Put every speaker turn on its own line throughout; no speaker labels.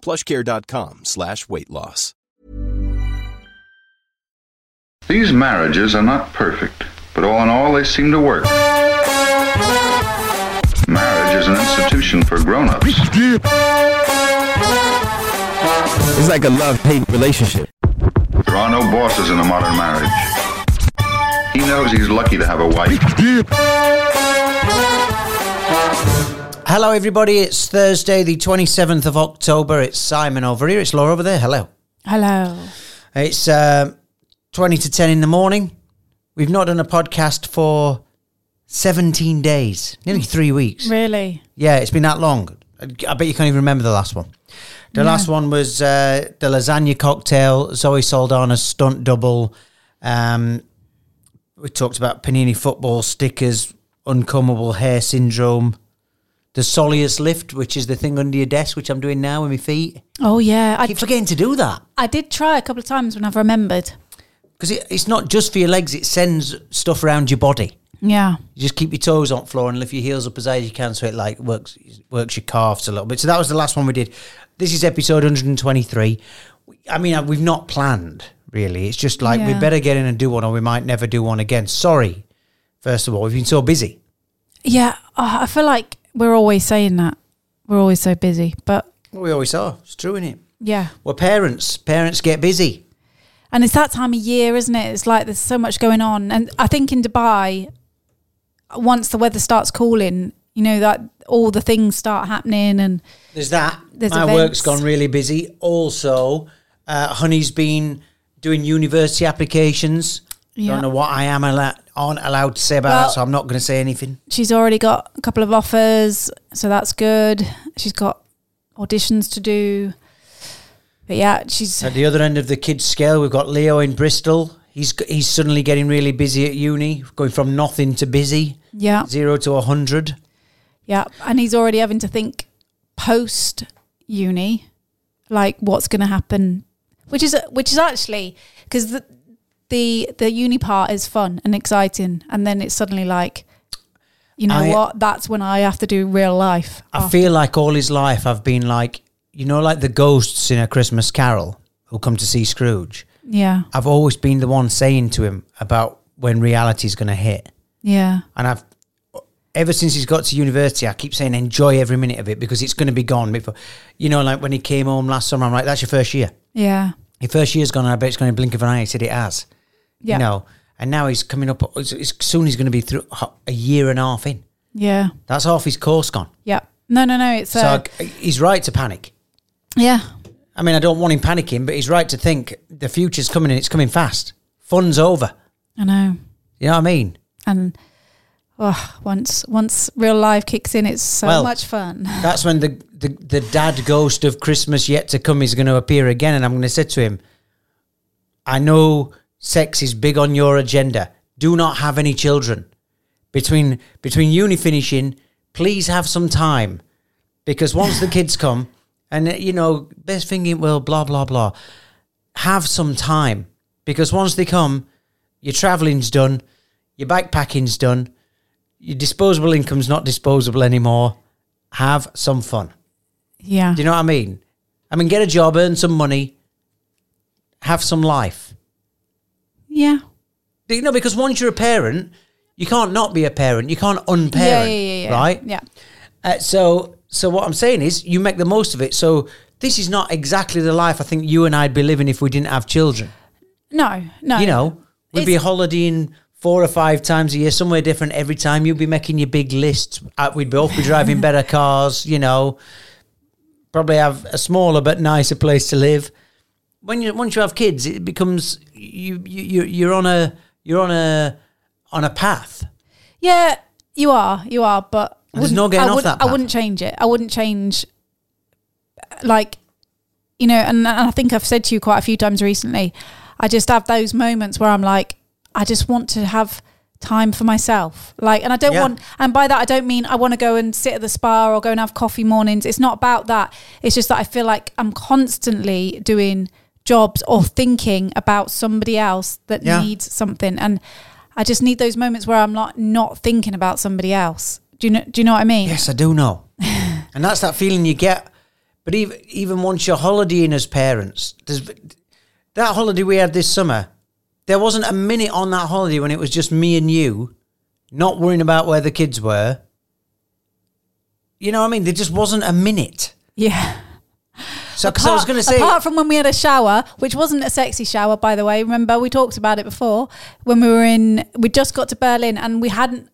plushcare.com slash weight loss.
These marriages are not perfect, but all in all, they seem to work. Marriage is an institution for grown-ups.
It's like a love-hate relationship.
There are no bosses in a modern marriage. He knows he's lucky to have a wife.
Hello, everybody. It's Thursday, the 27th of October. It's Simon over here. It's Laura over there. Hello.
Hello.
It's um 20 to 10 in the morning. We've not done a podcast for 17 days, nearly three weeks.
Really?
Yeah, it's been that long. I I bet you can't even remember the last one. The last one was uh, the lasagna cocktail, Zoe Saldana's stunt double. Um, we talked about panini football stickers, uncombable hair syndrome, the soleus lift, which is the thing under your desk, which I'm doing now with my feet.
Oh yeah,
I
I,
keep forgetting to do that
I did try a couple of times when I've remembered.
because it, it's not just for your legs; it sends stuff around your body.
Yeah.
You just keep your toes on the floor and lift your heels up as high as you can so it like works works your calves a little bit. So that was the last one we did. This is episode 123. We- I mean, uh, we've not planned really. It's just like we
Yeah.
better get in and do one or we might never do one again. Sorry. First of all, we've been so busy.
Yeah, oh, I feel like we're always saying that. We're always so busy, but
Well, we always are. It's true, isn't it?
yeah.
Well, parents, parents get busy.
And it's that time of year, isn't it? It's like there's so much going on. And I think in Dubai, once the weather starts cooling, you know, that all the things start happening and
There's that.
There's
My
events.
work's gone really busy. Also, uh, Honey's been doing university applications.
Yeah.
Don't know what I am allo- aren't allowed to say about that,
Well-
so I'm not going to say anything.
she's already got a couple of offers, so that's good. She's got auditions to do. But yeah, she's
At the other end of the kids' scale, we've got Leo in Bristol. He's g- he's suddenly getting really busy at uni, going from nothing to busy,
yeah.
zero to a hundred.
Yeah, and he's already having to think post uni, like what's going to happen, which is which is actually because the, the the uni part is fun and exciting, and then it's suddenly like, you know
I-
what? That's when I have to do real life. Oh,
I
after.
feel like all his life I've been like you know like the ghosts in a Christmas Carol who come to see Scrooge.
yeah,
I've always been the one saying to him about when reality's going to hit.
yeah,
And I've ever since he's got to university, I keep saying enjoy every minute of it because it's going to be gone before. You know, like when he came home last summer, I'm like, that's your first year.
yeah,
Your first year's gone, and I bet it's going to blink of an eye. He said it has.
yeah,
You know, and now he's coming up. it's- it's- soon he's going to be through ho- a year and a half in.
yeah,
That's half his course gone.
yeah. No, no, no. It's
So,
uh,
I- he's right to panic.
yeah,
I mean, I don't want him panicking, but he's right to think the future's coming and it's coming fast. Fun's over.
I know,
You know what I mean?
and Oh, once once real life kicks in, it's so
Well,
much fun.
That's when the, the, the dad ghost of Christmas yet to come is going to appear again. And I'm going to say to him, I know sex is big on your agenda. Do not have any children. Between, between uni finishing, please have some time. Because once the kids come, and uh, you know, best thinking, well, blah, blah, blah. Have some time. Because once they come, your travelling's done, your backpacking's done, your disposable income's not disposable anymore. Have some fun.
Yeah.
Do you know what I mean? I mean, get a job, earn some money, have some life.
yeah.
Do You know, because once you're a parent, you can't not be a parent. You can't unparent,
yeah. Yeah. Yeah. Yeah.
right?
Yeah.
Uh, so, so what I'm saying is, you make the most of it. So, this is not exactly the life I think you and I'd be living if we didn't have children.
No. No.
You know, we'd be holidaying four or five times a year, somewhere different every time. You'd be making your big lists. Uh, We'd both be driving better cars, you know, probably have a smaller but nicer place to live. When you once you have kids, it becomes you you you- you're on a you're on a on a path.
Yeah, you are. You are. But
And there's
wouldn't-
no getting
I
off
would,
that
I
path.
wouldn't change it. I wouldn't change. Like, you know, and, and I think I've said to you quite a few times recently. I just have those moments where I'm like, I just want to have time for myself. Like, and I don't
Yeah.
want. And by that, I don't mean I want to go and sit at the spa or go and have coffee mornings. It's not about that. It's just that I feel like I'm constantly doing jobs or thinking about somebody else that
Yeah.
needs something. And I just need those moments where I'm not not thinking about somebody else. Do you know? Do you know what I mean?
Yes, I do know. and that's that feeling you get. But even even once you're holidaying as parents, there's that holiday we had this summer. There wasn't a minute on that holiday when it was just me and you, not worrying about where the kids were. You know what I mean? There just wasn't a minute.
Yeah.
So, 'cause I was
Apart-
going to say,
apart from when we had a shower, which wasn't a sexy shower, by the way. Remember, we talked about it before when we were in. We just got to Berlin and we hadn't.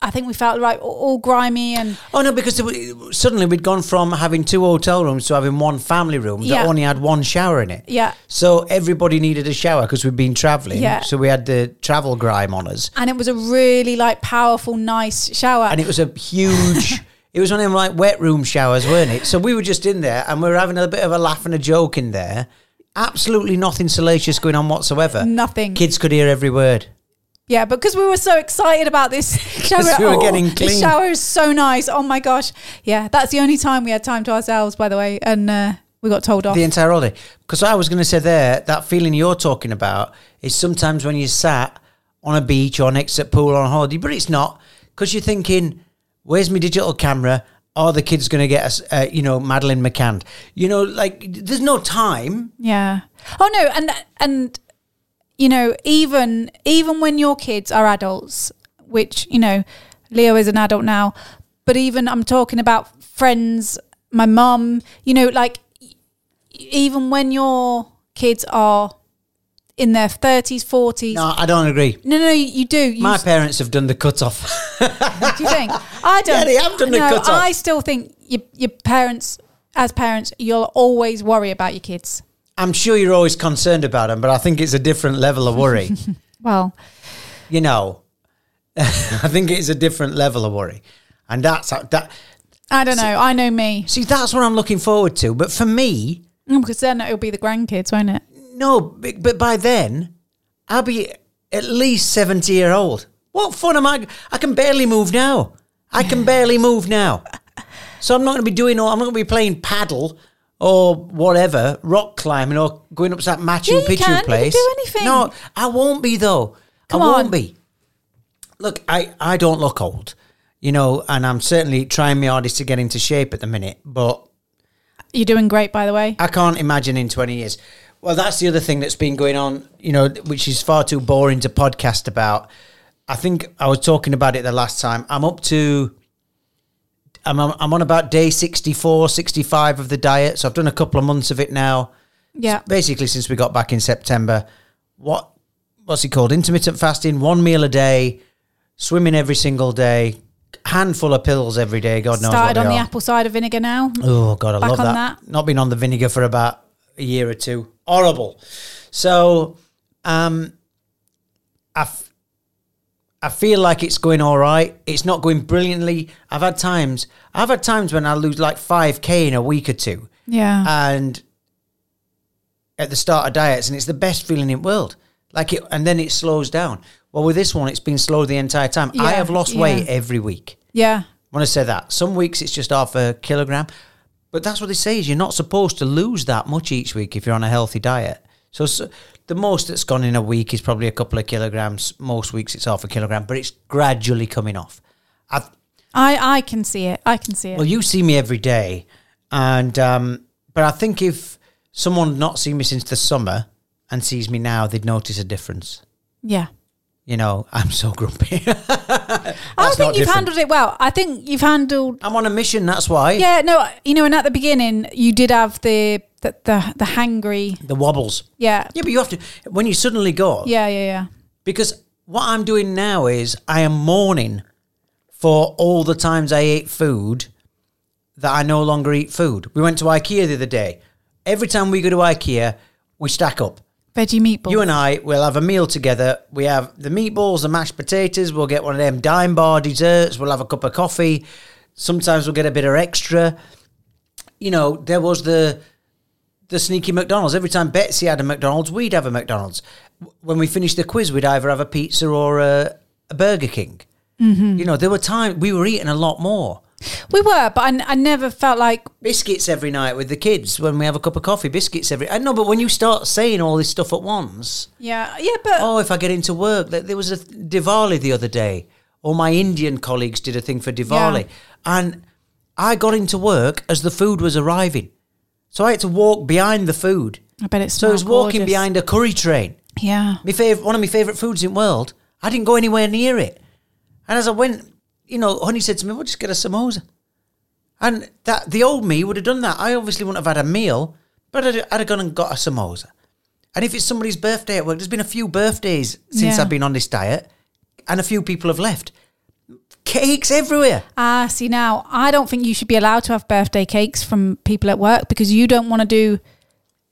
I think we felt like all- all grimy and
oh no, because there wa- suddenly we'd gone from having two hotel rooms to having one family room
Yeah.
that only had one shower in it.
yeah,
So everybody needed a shower because we'd been traveling.
Yeah.
So we had the travel grime on us.
and it was a really like powerful, nice shower.
and it was a huge. it was one of them like wet room showers, weren't it? So we were just in there, and we were having a bit of a laugh and a joke in there. Absolutely nothing salacious going on whatsoever.
Nothing.
Kids could hear every word.
Yeah, because we were so excited about this shower.
we were
Oh,
getting
This
clean.
shower is so nice. Oh my gosh. Yeah, that's the only time we had time to ourselves, by the way. And uh, we got told off.
The entire holiday. Because I was going to say there, that feeling you're talking about is sometimes when you sat on a beach or next to a pool on a holiday, but it's not because you're thinking, "Where's my digital camera? Are the kids going to get us? Uh, you know, Madeline McCann. You know, like there's no time.
yeah. Oh no, and and you know, even even when your kids are adults, which you know, Leo is an adult now, but even I'm talking about friends, my mum. You know, like e- even when your kids are in their 30s, 40s.
No, I don't agree.
No, no, you do. You
My parents have done the cut off.
Do you think? I don't.
Yeah, they have done the
no,
cut-off.
I still think your your parents, as parents, you'll always worry about your kids.
I'm sure you're always concerned about them, but I think it's a different level of worry.
Well,
you know, I think it's a different level of worry, and that's that.
I don't know. I know me
See, that's what I'm looking forward to. But for me,
Mm, because then it'll be the grandkids, won't it?
no. b- But by then, I'll be at least seventy year old. What fun am I? I can barely move now. I can barely move now. So I'm not going to be doing. All, I'm not going to be playing paddle or whatever, rock climbing or going up to that Machu
Yeah, you
Picchu
can. You can
place.
do anything.
No, I won't be though.
Come
I won't
on.
be. Look, I I don't look old, you know, and I'm certainly trying my hardest to get into shape at the minute, but
You're doing great, by the way.
I can't imagine in 20 years. Well, that's the other thing that's been going on, you know, which is far too boring to podcast about. I think I was talking about it the last time. I'm up to, I'm, I'm I'm on about day 64, 65 of the diet. So I've done a couple of months of it now,
Yeah,
basically since we got back in September. What, what's it called? Intermittent fasting, one meal a day, swimming every single day, handful of pills every day. God knows what
started
they
on the
are.
apple cider vinegar now.
Oh god, I
Back
love
on
that.
that.
Not been on the vinegar for about a year or two. Horrible. So, um, I, f- I feel like it's going all right. It's not going brilliantly. I've had times. I've had times when I lose like five k in a week or two,
Yeah.
and at the start of diets, and it's the best feeling in the world. Like it, and then it slows down. Well, with this one, it's been slow the entire time. I
Yeah,
have lost
yeah.
weight every week.
yeah.
I want to say that. Some weeks it's just half a kilogram, but that's what they say is you're not supposed to lose that much each week if you're on a healthy diet. So, s the most that's gone in a week is probably a couple of kilograms. Most weeks it's half a kilogram, but it's gradually coming off. i
I I can see it. I can see it.
well, you see me every day, and um, but I think if someone had not seen me since the summer and sees me now, they'd notice a difference.
yeah.
You know, I'm so grumpy.
I
That's not
think you've
different.
handled it well. I think you've handled.
I'm on a mission. That's why
Yeah. No. You know, and at the beginning, you did have the the the, the hangry.
the wobbles.
Yeah.
Yeah, but you have to when you suddenly go.
Yeah. Yeah. Yeah.
because what I'm doing now is I am mourning for all the times I ate food that I no longer eat food. We went to IKEA the other day. Every time we go to IKEA, we stack up.
Veggie meatballs.
You and I will have a meal together. We have the meatballs, the mashed potatoes. We'll get one of them dime bar desserts. We'll have a cup of coffee. Sometimes we'll get a bit of extra. You know, there was the the sneaky McDonald's. Every time Betsy had a McDonald's, we'd have a McDonald's. W- When we finished the quiz, we'd either have a pizza or a, a Burger King. You know, there were times we were eating a lot more
we were, but I, I never felt like
biscuits every night with the kids when we have a cup of coffee. Biscuits every. I know, but when you start saying all this stuff at once,
yeah yeah, but
oh, if I get into work, there there was a Diwali the other day, or my Indian colleagues did a thing for Diwali, and I got into work as the food was arriving, so I had to walk behind the food.
I bet it's
So I was walking behind a curry train.
Yeah.
My fav- one of my favourite foods in the world. I didn't go anywhere near it, and as I went, you know, Honey said to me, "We'll just get a samosa," and that the old me would have done that. I obviously wouldn't have had a meal, but I'd, I'd have gone and got a samosa. And if it's somebody's birthday at work, there's been a few birthdays since
Yeah.
I've been on this diet, and a few people have left. Cakes everywhere.
Ah, see now, I don't think you should be allowed to have birthday cakes from people at work because you don't want to do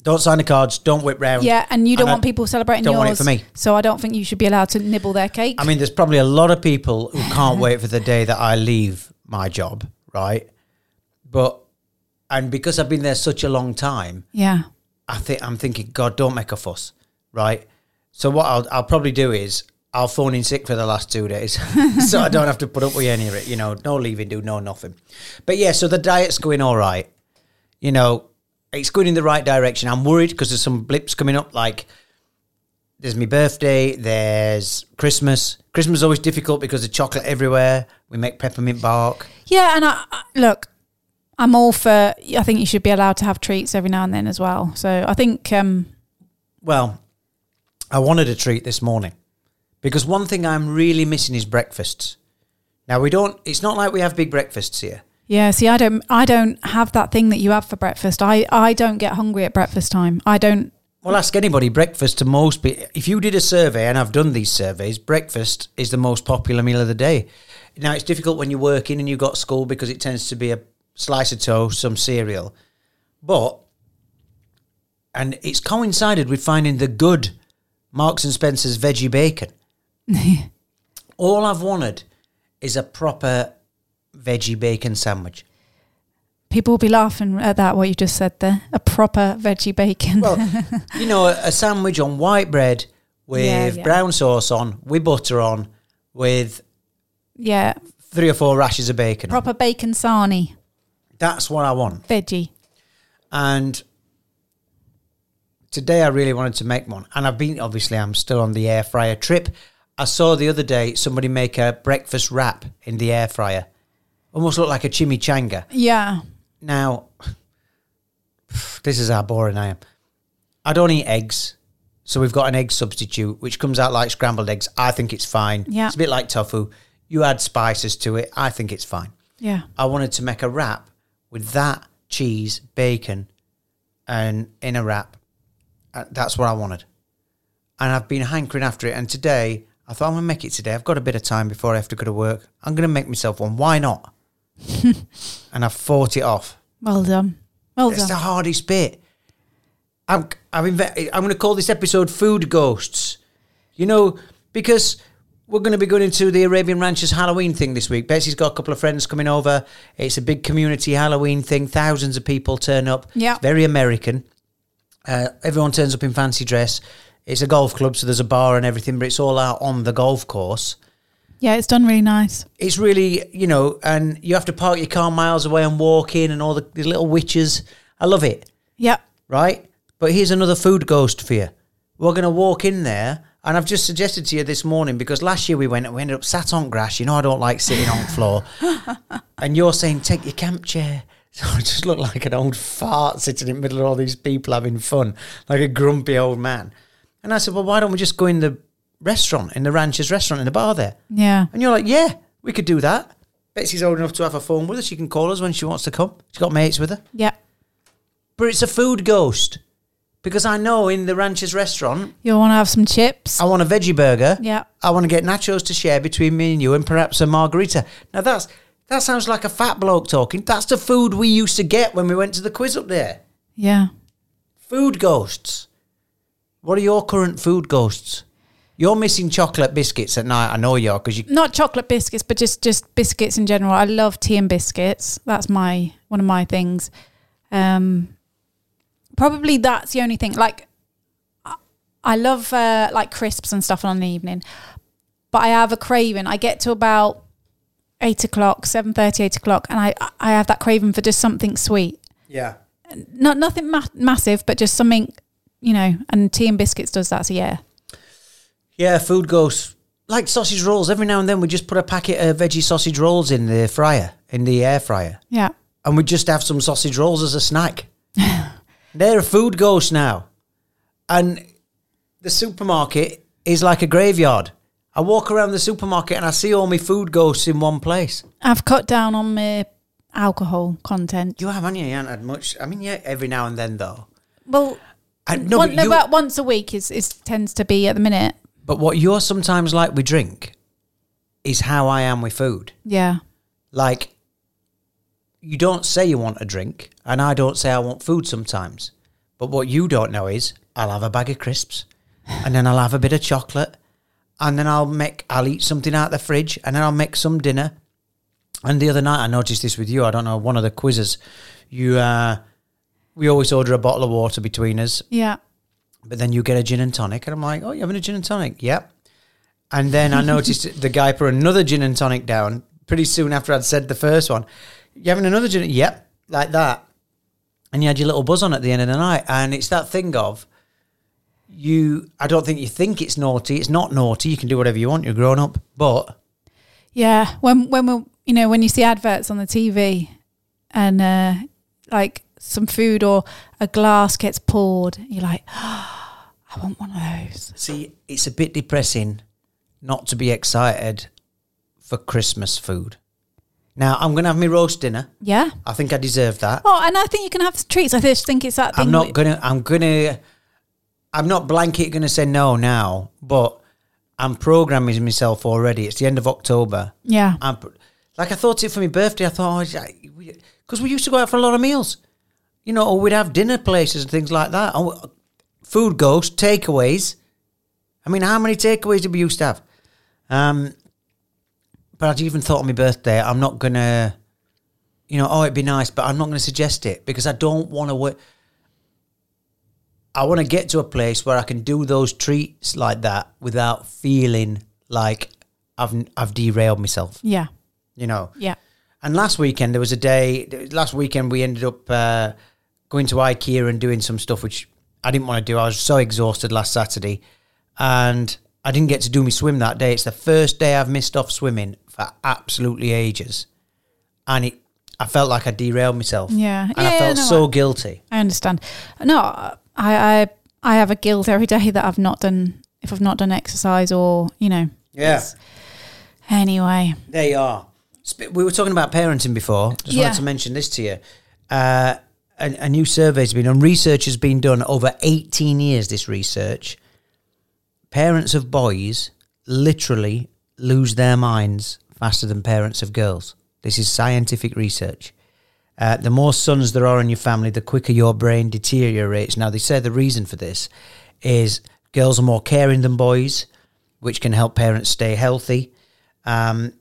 Don't sign the cards. Don't whip round.
yeah, and you don't
I
want people celebrating
don't
yours.
want it for me.
So I don't think you should be allowed to nibble their cake.
I mean, there's probably a lot of people who can't wait for the day that I leave my job, right? But and because I've been there such a long time,
yeah,
I think I'm thinking, God, don't make a fuss, right? So what I'll I'll probably do is I'll phone in sick for the last two days, so I don't have to put up with any of it. You know, no leaving, do no nothing. But yeah, so the diet's going all right. You know, it's going in the right direction. I'm worried because there's some blips coming up. Like there's my birthday, there's Christmas. Christmas is always difficult because of chocolate everywhere. We make peppermint bark.
yeah, and I, I look, I'm all for. I think you should be allowed to have treats every now and then as well. So I think um,
Well, I wanted a treat this morning because one thing I'm really missing is breakfasts. Now we don't. It's not like we have big breakfasts here.
yeah. See, I don't, I don't have that thing that you have for breakfast. I, I don't get hungry at breakfast time. I don't.
Well, ask anybody. Breakfast to most people. If you did a survey, and I've done these surveys, breakfast is the most popular meal of the day. Now it's difficult when you're working and you've got school because it tends to be a slice of toast, some cereal, but and it's coincided with finding the good Marks and Spencer's veggie bacon. All I've wanted is a proper veggie bacon sandwich.
People will be laughing at that what you just said there. A proper veggie bacon.
Well, you know, a, a sandwich on white bread with
Yeah, yeah.
brown sauce on, with butter on, with
yeah,
three or four rashes of bacon. on.
proper bacon sarnie.
That's what I want.
veggie.
And today I really wanted to make one. And I've been, obviously, I'm still on the air fryer trip. I saw the other day somebody make a breakfast wrap in the air fryer. Almost looked like a chimichanga.
Yeah.
Now, this is how boring I am. I don't eat eggs, so we've got an egg substitute which comes out like scrambled eggs. I think it's fine.
Yeah.
it's a bit like tofu. You add spices to it. I think it's fine.
Yeah.
I wanted to make a wrap with that cheese, bacon, and in a wrap. Uh, That's what I wanted, and I've been hankering after it. And today, I thought I'm gonna make it today. I've got a bit of time before I have to go to work. I'm gonna make myself one. Why not? and I fought it off.
Well done. Well
That's the
done.
hardest bit. I'm I'm, inve- I'm going to call this episode "Food Ghosts." You know, because We're going to be going into the Arabian Ranchers Halloween thing this week. Betsy's got a couple of friends coming over. It's a big community Halloween thing. Thousands of people turn up.
Yeah.
It's very American. Uh, everyone turns up in fancy dress. It's a golf club, so there's a bar and everything, but it's all out on the golf course.
Yeah, it's done really nice.
It's really, you know, and you have to park your car miles away and walk in and all the, the little witches. I love it
Yep.
right? But here's another food ghost for you. We're going to walk in there, and I've just suggested to you this morning because last year we went and we ended up sat on grass. You know, I don't like sitting on floor. and you're saying, take your camp chair. So I just look like an old fart sitting in the middle of all these people having fun, like a grumpy old man. And I said, well, why don't we just go in the restaurant, in the rancher's restaurant, in the bar there?
Yeah.
And you're like, yeah, we could do that. Betsy's old enough to have a phone with her. She can call us when she wants to come. She's got mates with her
Yep.
but it's a food ghost because I know in the rancher's restaurant,
You'll want to have some chips.
I want a veggie burger.
Yeah.
I want to get nachos to share between me and you, and perhaps a margarita. Now that's that sounds like a fat bloke talking. That's the food we used to get when we went to the quiz up there.
Yeah.
Food ghosts. What are your current food ghosts? You're missing chocolate biscuits at night. I know you are because you.
Not chocolate biscuits, but just just biscuits in general. I love tea and biscuits. That's my one of my things. Um, probably that's the only thing. Like, I- I love uh, like crisps and stuff on an evening, but I have a craving. I get to about eight o'clock, seven thirty, eight o'clock, and I I have that craving for just something sweet.
Yeah.
Not nothing ma- massive, but just something, you know. And tea and biscuits does that. So yeah,
Yeah, food ghosts. Like sausage rolls. Every now and then we just put a packet of veggie sausage rolls in the fryer, in the air fryer.
yeah.
and we just have some sausage rolls as a snack. They're a food ghost now. And the supermarket is like a graveyard. I walk around the supermarket and I see all my food ghosts in one place.
I've cut down on my alcohol content.
You have, haven't you? You haven't had much. I mean, yeah, every now and then though.
Well,
And Uh, no,
one-
but,
no,
you-
about once a week is, is tends to be at the minute.
but what you're sometimes like with drink is how I am with food.
Yeah,
Like, you don't say you want a drink, and I don't say I want food sometimes. But what you don't know is I'll have a bag of crisps, and then I'll have a bit of chocolate, and then I'll make I'll eat something out of the fridge, and then I'll make some dinner. And the other night I noticed this with you. I don't know one of the quizzes, you uh, we always order a bottle of water between us,
yeah,
but then you get a gin and tonic, and I'm like, oh, you're having a gin and tonic? Yep. And then I noticed the guy put another gin and tonic down pretty soon after I'd said the first one. You having another gin? Yep, like that. And you had your little buzz on at the end of the night, and it's that thing of you. I don't think you think it's naughty. It's not naughty. You can do whatever you want. You're grown up, but
yeah. When when we you know when you see adverts on the TV, and uh, like some food or a glass gets poured, you're like, I want one of those.
see, it's a bit depressing not to be excited for Christmas food. Now I'm gonna have my roast dinner.
Yeah.
I think I deserve that.
Oh, and I think you can have treats. I just think it's that thing.
I'm not
that-
gonna. I'm gonna. I'm not blanket gonna say no now, but I'm programming myself already. It's the end of October.
yeah.
I'm pr- like I thought it for my birthday. I thought because we used to go out for a lot of meals, you know, or we'd have dinner places and things like that. And we- food goes takeaways. I mean, how many takeaways did we used to have? Um, but I'd even thought on my birthday, I'm not gonna, you know, oh, it'd be nice, but I'm not gonna suggest it because I don't want to work. I want to get to a place where I can do those treats like that without feeling like I've I've derailed myself.
Yeah.
You know.
Yeah.
And last weekend there was a day. Last weekend we ended up uh, going to IKEA and doing some stuff which I didn't want to do. I was so exhausted last Saturday, and I didn't get to do my swim that day. It's the first day I've missed off swimming for absolutely ages, and it. I felt like I derailed myself.
Yeah.
and I
Yeah,
felt
no,
so guilty.
I understand. No, I, I, I have a guilt every day that I've not done, if I've not done exercise or, you know,
Yeah,
anyway.
they are. Sp- We were talking about parenting before. Just
Yeah.
wanted to mention this to you. Uh, a, a new survey's been done. Research has been done over 18 years. This research. Parents of boys literally lose their minds faster than parents of girls. This is scientific research. Uh, the more sons there are in your family, the quicker your brain deteriorates. Now, they say the reason for this is girls are more caring than boys. which can help parents stay healthy. Um,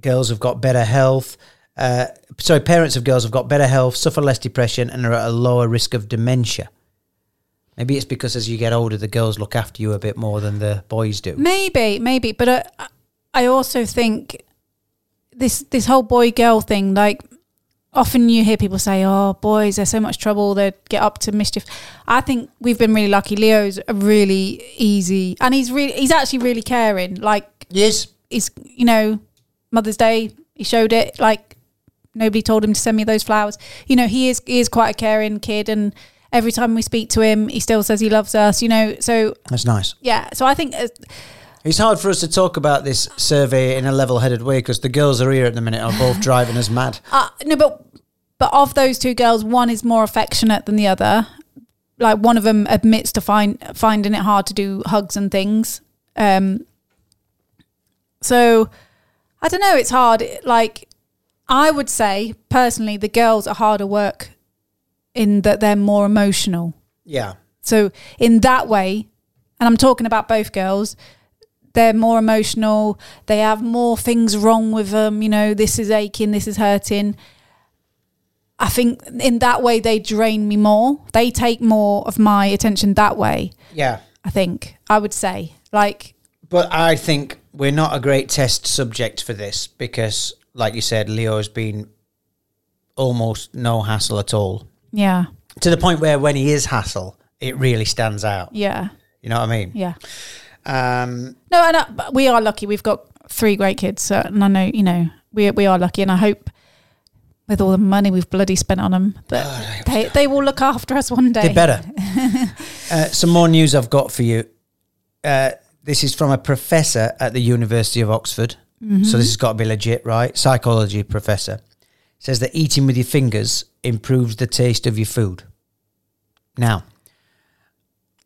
girls have got better health. Uh, sorry, parents of girls have got better health, suffer less depression, and are at a lower risk of dementia. Maybe it's because as you get older, the girls look after you a bit more than the boys do.
Maybe, maybe, but I, I also think this this whole boy girl thing. Like, often you hear people say, "Oh, boys, they're so much trouble. They get up to mischief." I think we've been really lucky. Leo's a really easy, and he's really he's actually really caring. Like,
Yes.
he's you know Mother's Day. He showed it. Like nobody told him to send me those flowers. You know he is he is quite a caring kid, and every time we speak to him, he still says he loves us. You know, so
That's nice.
yeah. So I think uh,
It's hard for us to talk about this survey in a level-headed way because the girls are here at the minute are both driving us mad.
uh, no, but but of those two girls, one is more affectionate than the other. Like one of them admits to find finding it hard to do hugs and things. Um, so I don't know. It's hard. Like I would say personally, the girls are harder work in that they're more emotional.
Yeah.
So in that way, and I'm talking about both girls, they're more emotional. They have more things wrong with them. You know, this is aching, this is hurting. I think in that way they drain me more. They take more of my attention that way.
Yeah.
I think I would say like
But I think we're not a great test subject for this because, like you said, Leo has been almost no hassle at all
yeah,
to the point where when he is hassle, it really stands out.
yeah,
You know what I mean?
yeah.
Um,
No, and I, but we are lucky. We've got three great kids, so, and I know you know we we are lucky, and I hope with all the money we've bloody spent on them that they they will look after us one day.
Oh, They're better. uh, some more news I've got for you. Uh, this is from a professor at the University of Oxford. So this has got to be legit, right? Psychology professor says that eating with your fingers improves the taste of your food. Now,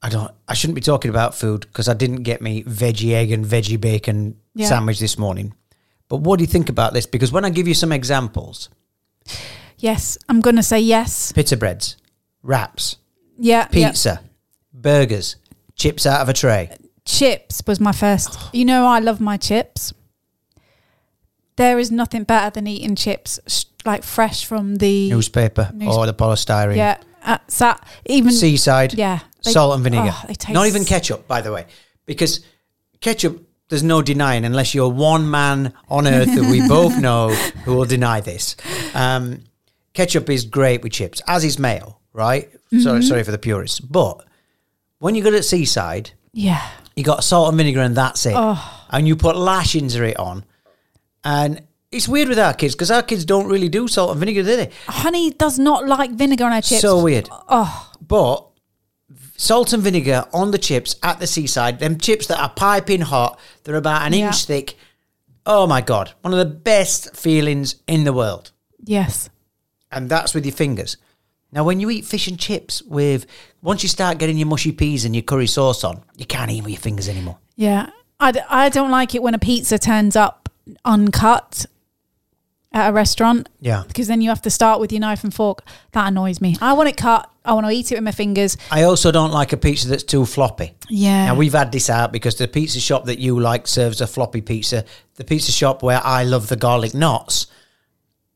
I don't. I shouldn't be talking about food because I didn't get me veggie egg and veggie bacon
Yeah.
sandwich this morning. But what do you think about this? Because when I give you some examples,
Yes, I'm going to say yes.
pita breads, wraps,
Yeah, yeah.
pizza, burgers, chips out of a tray.
Chips was my first. You know, I love my chips. There is nothing better than eating chips sh- like fresh from the
Newspaper
News-
or the polystyrene.
yeah. Uh, sa- even
Seaside.
Yeah, they-
salt and vinegar.
oh, they taste-
Not even ketchup, by the way. Because ketchup, there's no denying unless you're one man on earth that we both know who will deny this. Um, ketchup is great with chips, as is mayo, right?
Mm-hmm.
Sorry, sorry for the purists. But when you go to Seaside,
yeah,
you got salt and vinegar and that's it. And you put lashings of it on. And it's weird with our kids because our kids don't really do salt and vinegar, do they?
honey does not like vinegar on her chips.
So weird. Oh. But salt and vinegar on the chips at the seaside, them chips that are piping hot, they're about an
Yeah.
inch thick. Oh my God. One of the best feelings in the world.
yes,
And that's with your fingers. Now, when you eat fish and chips with, once you start getting your mushy peas and your curry sauce on, you can't eat with your fingers anymore.
yeah. I, d- I don't like it when a pizza turns up uncut at a restaurant
Yeah.
because then you have to start with your knife and fork. That annoys me. I want it cut. I want to eat it with my fingers.
I also don't like a pizza that's too floppy.
Yeah.
Now we've had this out because the pizza shop that you like serves a floppy pizza. The pizza shop where I love the garlic knots,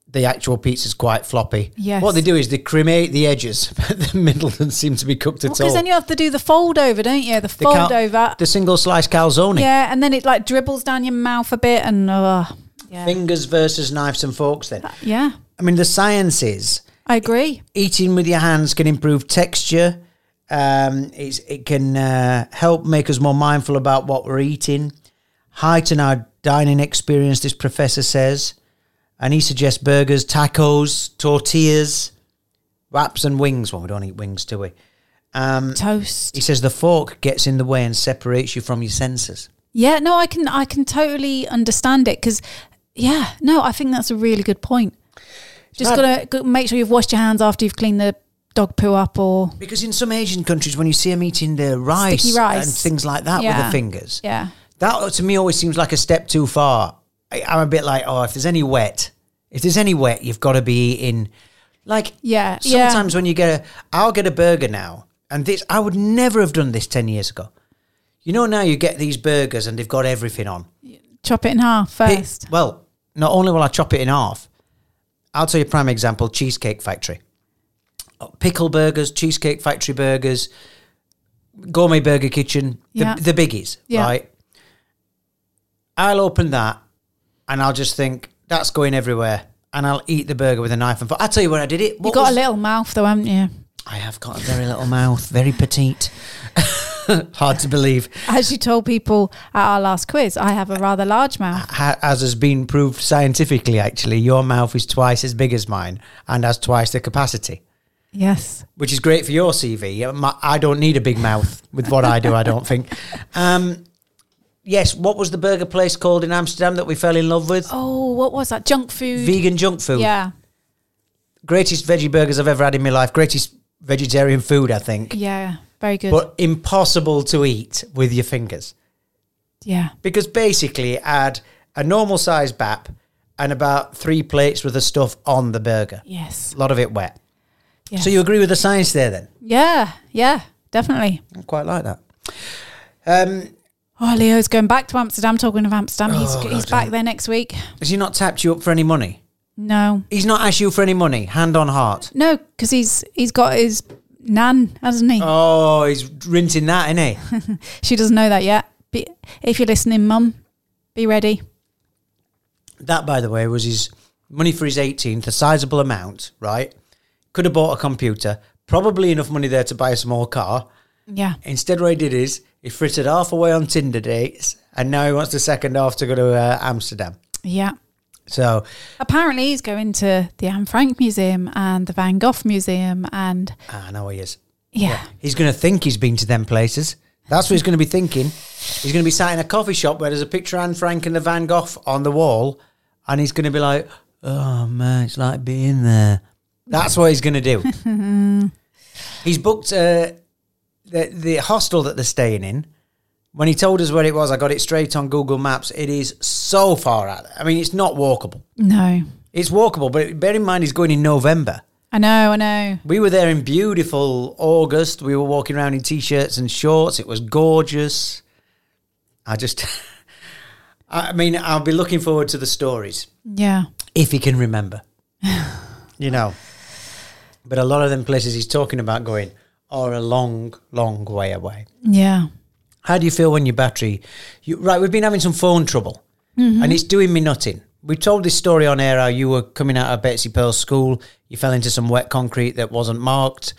the actual pizza's quite floppy.
Yes.
What they do is they cremate the edges, but the middle doesn't seem to be cooked at
Because
all.
then you have to do the fold over, don't you? The
The cal-
fold over.
the single slice calzone.
yeah, and then it like dribbles down your mouth a bit, and uh, yeah,
Fingers versus knives and forks. Then
yeah,
I mean the science is
I agree.
eating with your hands can improve texture. Um, it's, it can uh, help make us more mindful about what we're eating, heighten our dining experience, this professor says. And he suggests burgers, tacos, tortillas, wraps, and wings. Well, we don't eat wings, do we? He
Toast.
says the fork gets in the way and separates you from your senses.
Yeah, no, I can I can totally understand it because, yeah, no, I think that's a really good point. Just
mad.
gotta go- make sure you've washed your hands after you've cleaned the dog poo up, or
Because in some Asian countries, when you see them eating their rice,
rice.
and things like that with
Yeah.
their fingers,
yeah,
That to me always seems like a step too far. I, I'm a bit like, oh, if there's any wet, if there's any wet, you've got to be eating. Like,
Yeah, yeah.
Sometimes when you get a, I'll get a burger now, and this I would never have done this ten years ago. You know now you get these burgers and they've got everything on.
Chop it in half
Pi-
first.
well, not only will I chop it in half, I'll tell you a prime example Cheesecake Factory. Uh, Pickle burgers, Cheesecake Factory burgers, Gourmet Burger Kitchen, the,
Yeah.
the biggies,
Yeah.
right? I'll open that and I'll just think, that's going everywhere. And I'll eat the burger with a knife and fork. I'll tell you when I did it.
you
what
got a
was-
little mouth though, haven't you?
I have got a very little mouth, very petite. Hard to believe.
As you told people at our last quiz, I have a rather large mouth.
ha- as has been proved scientifically, actually, your mouth is twice as big as mine and has twice the capacity,
Yes.
which is great for your CV. Yeah, my- I don't need a big mouth with what I do, I don't think. Um, yes, what was the burger place called in Amsterdam that we fell in love with?
Oh, what was that? Junk food.
Vegan junk food.
Yeah.
Greatest veggie burgers I've ever had in my life. Greatest vegetarian food, I think.
Yeah. Very good.
But impossible to eat with your fingers.
yeah.
because basically it had a normal size bap and about three plates worth of stuff on the burger.
Yes.
A lot of it wet.
yes.
So you agree with the science there then?
Yeah. Yeah. Definitely.
I quite like that. Um,
Oh, Leo's going back to Amsterdam. Talking of Amsterdam, he's,
Oh,
he's
God,
back there next week.
has he not tapped you up for any money?
No,
He's not asked you for any money, hand on heart.
no, because he's he's got his nan, hasn't he?
Oh, he's rinsing that, isn't he?
She doesn't know that yet. Be, if you're listening, Mum, be ready.
That, by the way, was his money for his 18th, a sizable amount, right? Could have bought a computer, probably enough money there to buy a small car.
Yeah,
Instead, what he did is he frittered half away on Tinder dates, and now he wants the second half to go to uh, Amsterdam.
yeah.
So
Apparently, he's going to the Anne Frank Museum and the Van Gogh Museum, and
I know he is.
yeah,
He's going to think he's been to them places. That's what he's going to be thinking. He's going to be sat in a coffee shop where there's a picture of Anne Frank and the Van Gogh on the wall, and he's going to be like, "Oh man, it's like being there." That's what he's going to do. he's booked uh, the the hostel that they're staying in. When he told us where it was, I got it straight on Google Maps. It is so far out. I mean, it's not walkable.
no,
It's walkable, but bear in mind he's going in November.
I know, I know.
We were there in beautiful August. We were walking around in t-shirts and shorts. It was gorgeous. I just, I mean, I'll be looking forward to the stories
Yeah,
if he can remember. you know, but a lot of them places he's talking about going are a long, long way away.
yeah,
How do you feel when your battery? You, right, we've been having some phone trouble,
Mm-hmm.
and it's doing me nothing. We told this story on air how you were coming out of Betsy Pearl's school, you fell into some wet concrete that wasn't marked.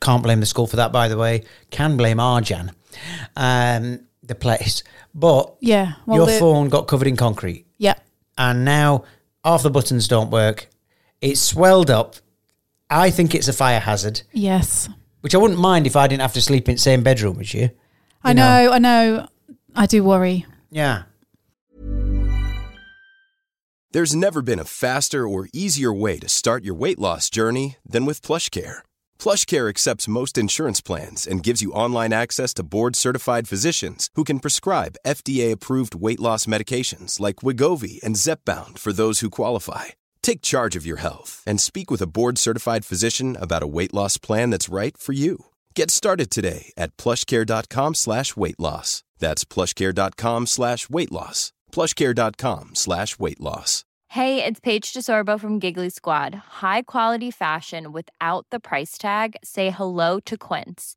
Can't blame the school for that, by the way. Can blame Arjan, um, the place. But
yeah. Well,
your
the-
phone got covered in concrete,
Yeah,
and now half the buttons don't work. It's swelled up. I think it's a fire hazard,
yes.
which I wouldn't mind if I didn't have to sleep in the same bedroom as you.
I know, I know. I do worry.
Yeah.
There's never been a faster or easier way to start your weight loss journey than with PlushCare. PlushCare accepts most insurance plans and gives you online access to board-certified physicians who can prescribe FDA-approved weight loss medications like Wigovi and Zepbound for those who qualify. Take charge of your health and speak with a board-certified physician about a weight loss plan that's right for you. Get started today at plushcare.com slash weight loss. That's plushcare.com slash weight loss. plushcare.com slash weight loss.
Hey, it's Paige DeSorbo from Giggly Squad. High quality fashion without the price tag. Say hello to Quince.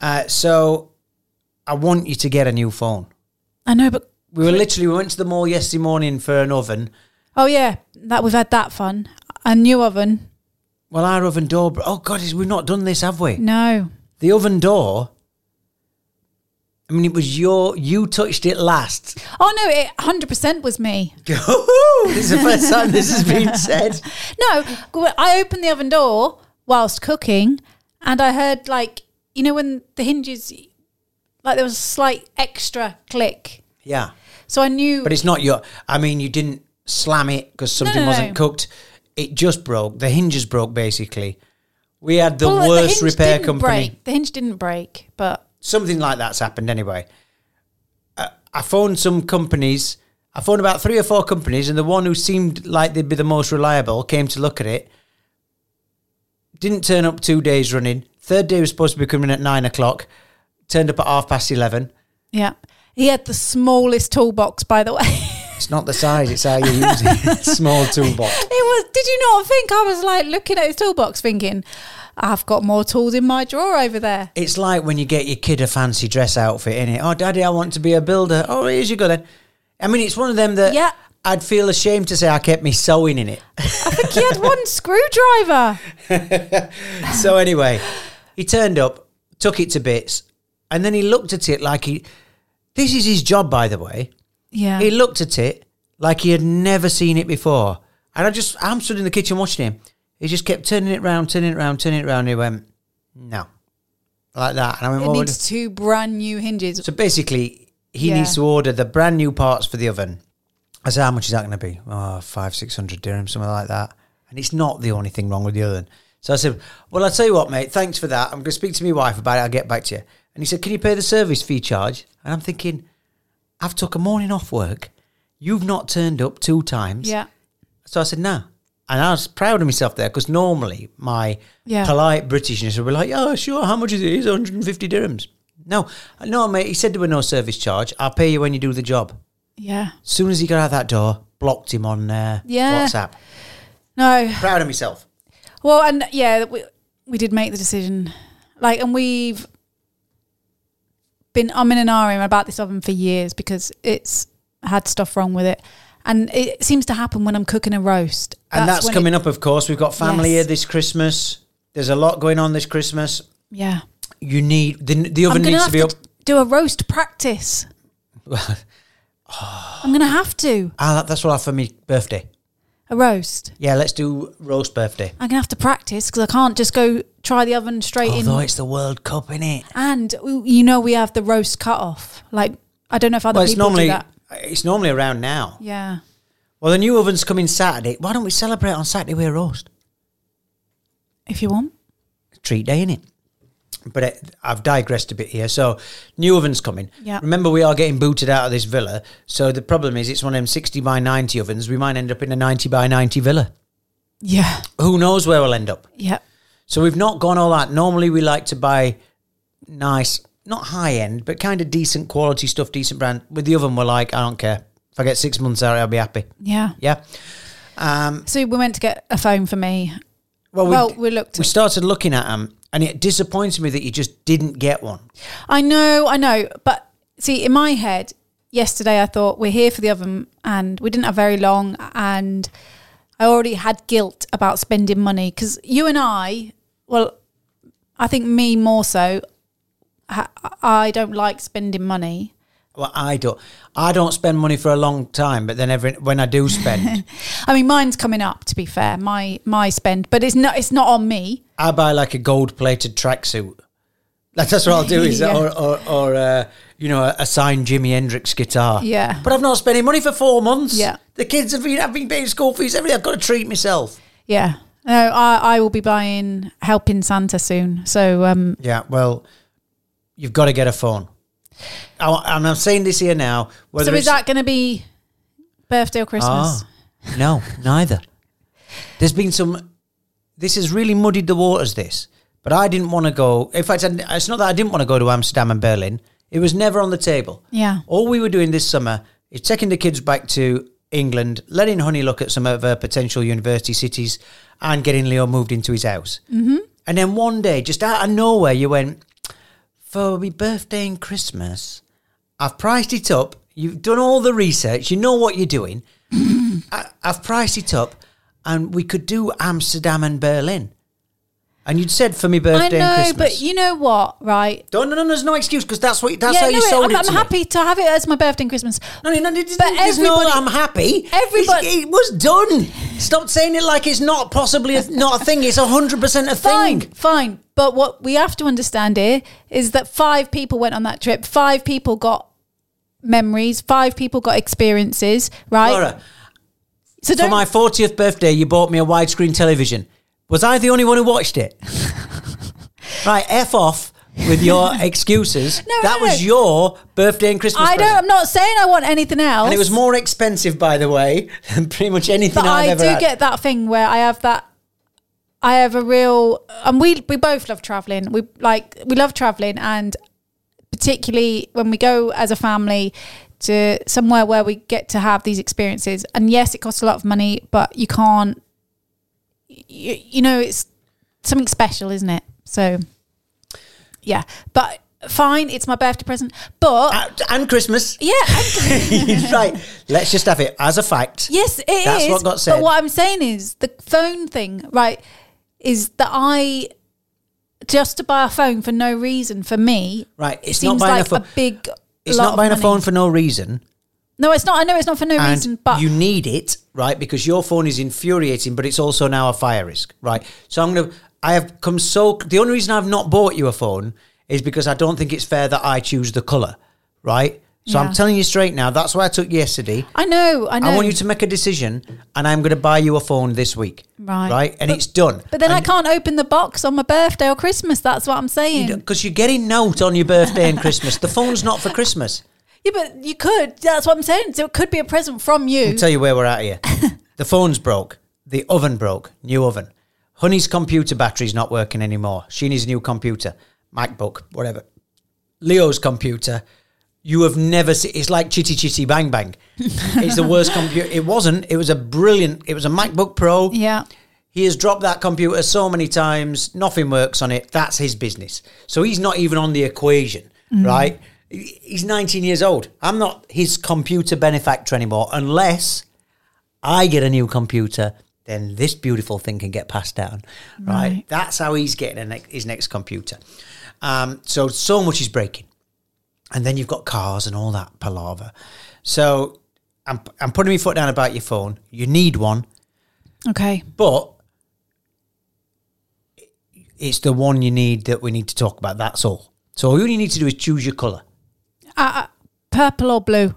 Uh, so I want you to get a new phone.
I know, but
We were literally we went to the mall yesterday morning for an oven.
oh yeah, that we've had that fun. A new oven.
Well, our oven door. bro- Oh God, is- we've not done this, have we?
No,
The oven door. I mean, it was your. You touched it last.
Oh no, it hundred percent was me.
this is the first time this has been said.
No, I opened the oven door whilst cooking, and I heard like you know when the hinges like there was a slight extra click.
Yeah.
So I knew.
But it's not your. I mean, you didn't slam it because something
no,
wasn't
no.
cooked. It just broke. The hinges broke, basically. We had the
Well, look,
worst
hinge
repair
didn't
company.
Break. The hinge didn't break, but
Something like that's happened anyway. Uh, I, I phoned some companies. I phoned about three or four companies, and the one who seemed like they'd be the most reliable came to look at it. Didn't turn up two days running. Third day was supposed to be coming at nine o'clock. Turned up at half past eleven.
yeah, he had the smallest toolbox. By the way.
It's not the size; it's how you use it. Small toolbox.
It was. Did you not think I was like looking at his toolbox, thinking, "I've got more tools in my drawer over there."
It's like when you get your kid a fancy dress outfit, innit? Oh, daddy, I want to be a builder. Oh, here's you go then. I mean, it's one of them that
Yeah.
I'd feel ashamed to say I kept me sewing in it.
I think he had one screwdriver.
so anyway, he turned up, took it to bits, and then he looked at it like he. This is his job, by the way.
Yeah.
He looked at it like he had never seen it before. And I just, I'm stood in the kitchen watching him. He just kept turning it round, turning it round, turning it round. And he went, no. Like that. And I went,
it
"What would-
needs two brand new hinges.
So basically, he
Yeah.
needs to order the brand new parts for the oven. I said, how much is that going to be? Oh, five, six hundred dirham, something like that. And it's not the only thing wrong with the oven. So I said, well, I'll tell you what, mate, thanks for that. I'm going to speak to my wife about it. I'll get back to you. And he said, can you pay the service fee charge? And I'm thinking, I've took a morning off work. You've not turned up two times.
Yeah.
So I said, no. And I was proud of myself there because normally my
Yeah.
polite Britishness would be like, oh, sure, how much is it? It's 150 dirhams. No, no, mate, he said there were no service charge. I'll pay you when you do the job.
Yeah.
As soon as he got out that door, blocked him on uh,
Yeah.
WhatsApp.
No.
Proud of myself.
Well, and yeah, we, we did make the decision. Like, and we've been umming and ahhing E about this oven for years because it's had stuff wrong with it. And it seems to happen when I'm cooking a roast.
And that's,
when
coming
it-
up, of course. We've got family
Yes.
here this Christmas. There's a lot going on this Christmas.
Yeah.
You need, the, the
I'm
oven
going to
needs
have
to be
to
up.
do a roast practice. I'm going to have to.
Ah, that's what I have for my birthday.
A roast.
Yeah, let's do roast birthday.
I'm going to have to practice because I can't just go try the oven straight in.
Although it's the World Cup, innit?
And you know we have the roast cut off. Like I don't know if other
Well, it's
people do
normally
that.
it's normally around now.
Yeah.
Well, the new oven's coming Saturday. Why don't we celebrate on Saturday with a roast?
If you want.
Treat day, innit? But it, I've digressed a bit here. So, new oven's coming.
Yeah.
Remember, we are getting booted out of this villa. So the problem is, it's one of them sixty by ninety ovens. We might end up in a ninety by ninety villa.
Yeah.
Who knows where we'll end up?
Yeah.
So we've not gone all that. Normally, we like to buy nice, not high end, but kind of decent quality stuff, decent brand. With the oven, we're like, I don't care. If I get six months out, I'll be happy.
Yeah.
Yeah. Um,
So we went to get a phone for me.
Well, we,
Well, we looked
We
at-
started looking at them, and it disappointed me that you just didn't get one.
I know, I know, but see in my head yesterday I thought we're here for the oven and we didn't have very long and I already had guilt about spending money cuz you and I well I think me more so ha- I don't like spending money.
Well, I don't. I don't spend money for a long time, but then every when I do spend,
I mean, mine's coming up. To be fair, my my spend, but it's not it's not on me.
I buy like a gold-plated tracksuit. Like, that's what I'll do. Is
Yeah.
or or, or uh, you know a signed Jimi Hendrix guitar.
Yeah.
But I've not spent any money for four months.
Yeah.
The kids have been. I've been paying school fees. Everything. I've got to treat myself.
Yeah, no, I I will be buying helping Santa soon. So um,
Yeah. Well, you've got to get a phone. I, and I'm saying this here now. Whether
so is
it's,
that going to be birthday or Christmas?
Ah, no, neither. There's been some. This has really muddied the waters. This, but I didn't want to go. In fact, I, it's not that I didn't want to go to Amsterdam and Berlin. It was never on the table.
Yeah.
All we were doing this summer is taking the kids back to England, letting Honey look at some of her potential university cities, and getting Leo moved into his house. Mm-hmm. And then one day, just out of nowhere, you went for my birthday and Christmas. I've priced it up. You've done all the research. You know what you're doing. I, I've priced it up, and we could do Amsterdam and Berlin. And you'd said for me
I
birthday
know,
and Christmas.
but you know what, right?
Don't, no, no, there's no excuse because that's what that's how you
no,
sold
I'm,
it.
I'm
to me.
happy to have it as my birthday and Christmas.
No, no, no, there's
But
there's no
everybody-
I'm happy.
everybody-
It's- it was done. Stop saying it like it's not possibly a, not a thing. It's hundred percent a
Fine,
thing.
fine. But what we have to understand here is that five people went on that trip. Five people got memories. Five people got experiences. Right.
Laura,
so
for
don't.
my fortieth birthday, you bought me a widescreen television. Was I the only one who watched it? right, f off with your excuses.
No,
that
no,
was
no.
your birthday and Christmas.
I don't.
present.
I'm not saying I want anything else.
And it was more expensive, by the way, than pretty much anything
But
I've
I
ever
do
had.
get that thing where I have that. I have a real, and we we both love traveling. We like we love traveling, and particularly when we go as a family to somewhere where we get to have these experiences. And yes, it costs a lot of money, but you can't. You, you know, it's something special, isn't it? So, yeah, but fine, it's my birthday present, but.
Uh, and Christmas.
yeah, and-
right. Let's just have it as a fact.
Yes, it is.
That's what got said.
But what I'm saying is the phone thing, right? Is that I just to buy a phone for no reason for me?
Right, it's not
seems
buying a
like
phone-
big.
It's
lot
not
of
buying a
money.
phone for no reason.
No, it's not. I know it's not for no
and
reason, but
you need it, right? Because your phone is infuriating, but it's also now a fire risk, right? So I'm gonna. I have come so. The only reason I've not bought you a phone is because I don't think it's fair that I choose the color, right? So
Yeah.
I'm telling you straight now. That's why I took yesterday.
I know, I know.
I want you to make a decision, and I'm going to buy you a phone this week,
Right.
Right, and
But-
it's done.
But then I can't open the box on my birthday or Christmas. That's what I'm saying.
because you're getting note on your birthday and Christmas. The phone's not for Christmas.
yeah, but you could. That's what I'm saying. So it could be a present from you.
I'll tell you where we're at here. the phone's broke. The oven broke. New oven. Honey's computer battery's not working anymore. She needs a new computer. MacBook, whatever. Leo's computer. You have never seen. It's like Chitty Chitty Bang Bang. it's the worst computer. It wasn't. It was a brilliant. It was a MacBook Pro.
yeah.
He has dropped that computer so many times, nothing works on it. That's his business. So he's not even on the equation, right? He- He's 19 years old. I'm not his computer benefactor anymore unless I get a new computer. Then this beautiful thing can get passed down, right? That's how he's getting a ne- his next computer. Um, so so much is breaking, and then you've got cars and all that palaver. So I'm I'm putting my foot down about your phone. You need one.
Okay.
But it's the one you need that we need to talk about. That's all. So all you need to do is choose your colour.
Uh, uh, purple or blue.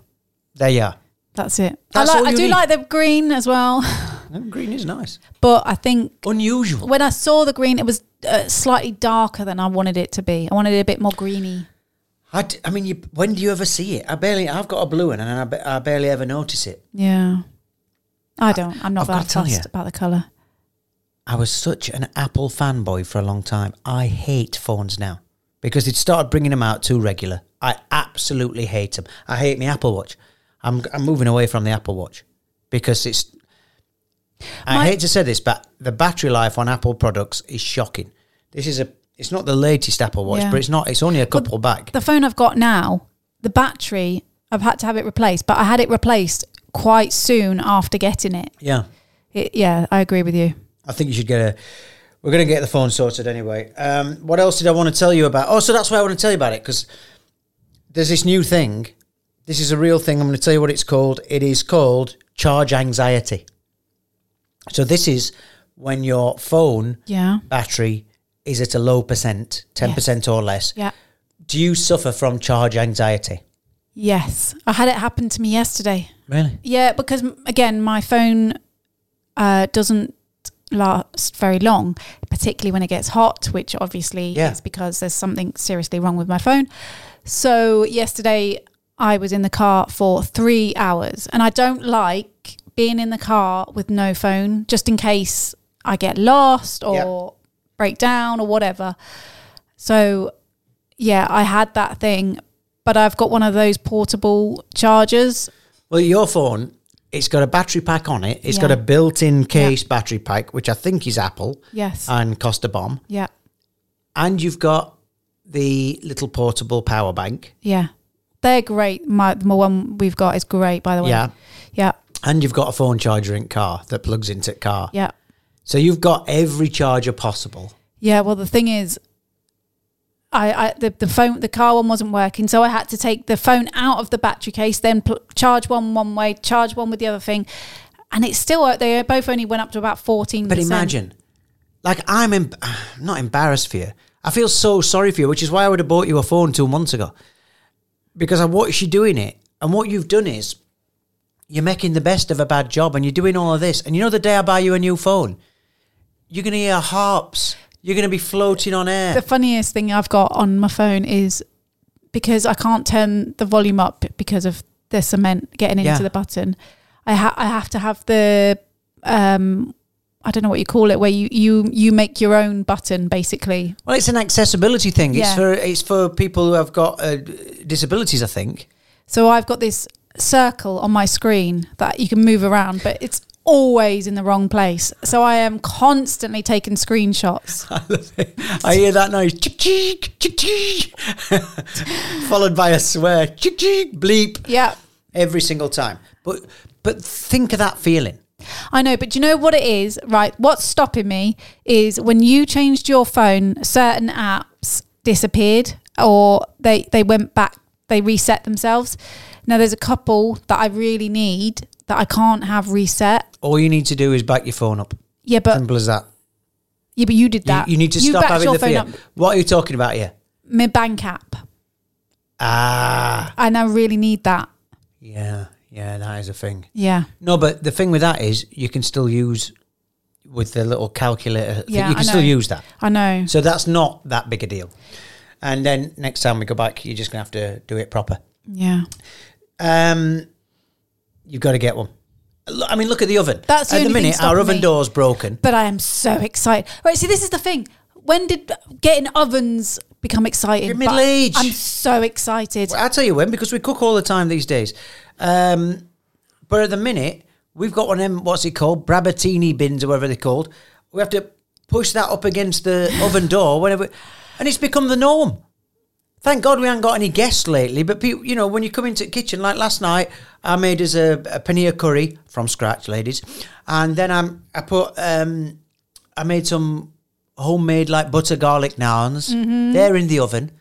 There you are.
That's it.
That's
I
all
like. I
you
do
need.
like the green as well,
green is nice.
but I think
Unusual.
when I saw the green, it was uh, slightly darker than I wanted it to be. I wanted it a bit more greeny.
I, d- I mean, you, when do you ever see it? I barely. I've got a blue one, and I, ba- I barely ever notice it.
Yeah. I don't. I'm not
I've gotta
that
tell you.
fussed about the colour.
I was such an Apple fanboy for a long time. I hate phones now because they started bringing them out too regular. I absolutely hate them. I hate my Apple Watch. I'm, I'm moving away from the Apple Watch because it's. I
My-
hate to say this, but the battery life on Apple products is shocking. This is a. It's not the latest Apple Watch,
Yeah.
but it's not. It's only a couple back.
The phone I've got now, the battery, I've had to have it replaced, but I had it replaced quite soon after getting it.
yeah,
it yeah, I agree with you.
I think you should get a. We're going to get the phone sorted anyway. Um, what else did I want to tell you about? Oh, so that's why I want to tell you about it because there's this new thing. This is a real thing. I'm going to tell you what it's called. It is called charge anxiety. So this is when your phone
Yeah.
battery is at a low percent, 10% or less.
Yeah.
Do you suffer from charge anxiety?
Yes. I had it happen to me yesterday.
Really?
Yeah, because m- again, my phone uh, doesn't last very long, particularly when it gets hot, which obviously
Yeah.
is because there's something seriously wrong with my phone. So yesterday, I was in the car for three hours, and I don't like being in the car with no phone, just in case I get lost or break down or whatever. So, yeah, I had that thing. But I've got one of those portable chargers
Well, your phone, it's got a battery pack on it. It's
Yeah.
got a built-in case battery pack, which I think is Apple
Yes.
and Costa Bomb.
yeah.
and you've got the little portable power bank,
Yeah. They're great. My the one we've got is great, by the way.
Yeah.
Yeah.
and you've got a phone charger in car that plugs into car.
Yeah.
So you've got every charger possible.
Yeah, well, the thing is, I, I the, the phone the car one wasn't working, so I had to take the phone out of the battery case, then pl- charge one one way, charge one with the other thing, and it still worked. They both only went up to about fourteen.
But imagine, like I'm em- I'm not embarrassed for you. I feel so sorry for you, which is why I would have bought you a phone two months ago. Because I watched you doing it, and what you've done is you're making the best of a bad job, and you're doing all of this. And you know, the day I buy you a new phone, you're gonna hear harps. You're gonna be floating on air.
The funniest thing I've got on my phone is because I can't turn the volume up because of the cement getting
Yeah.
into the button. I ha- I have to have the um I don't know what you call it where you you you make your own button basically.
well, it's an accessibility thing. It's
Yeah.
for it's for people who have got uh, disabilities. I think.
So I've got this circle on my screen that you can move around, but it's always in the wrong place. So I am constantly taking screenshots.
I love it. I hear that noise, chick chick chick chick, followed by a swear, chick chick bleep,
yeah.
every single time. But but think of that feeling.
I know, but do you know what it is? Right, what's stopping me is when you changed your phone, certain apps disappeared or they they went back, they reset themselves. Now there's a couple that I really need that I can't have reset.
All you need to do is back your phone up.
Yeah, but
Simple as that.
yeah, but you did
Mm. You,
that.
you need to stop
backed
having
your
the
phone
fear.
up.
What are you talking about here?
My bank app,
Ah,
and I really need that.
yeah, yeah, that is a thing.
Yeah.
No, but the thing with that is you can still use with the little calculator. thing,
Yeah,
you can
I
still
know.
use that.
I know.
So that's not that big a deal. And then next time we go back, you're just gonna have to do it proper.
Yeah.
Um, you've got to get one. Lo- I mean, look at the oven.
That's the
at
only
the
thing
minute our
stopping
oven
me.
door's broken.
But I am so excited. Right, see, this is the thing. When did getting ovens become exciting?
You're middle
But
aged.
I'm so excited.
Well, I'll tell you when because we cook all the time these days. Um, but at the minute we've got one of them. What's it called? Brabatini bins or whatever they're called. We have to push that up against the oven door whenever, and it's become the norm. Thank God we haven't got any guests lately. But people, you know, when you come into the kitchen, like last night, I made us a, a paneer curry from scratch, ladies, and then I'm I put um, I made some homemade like butter garlic naans. They're in the oven.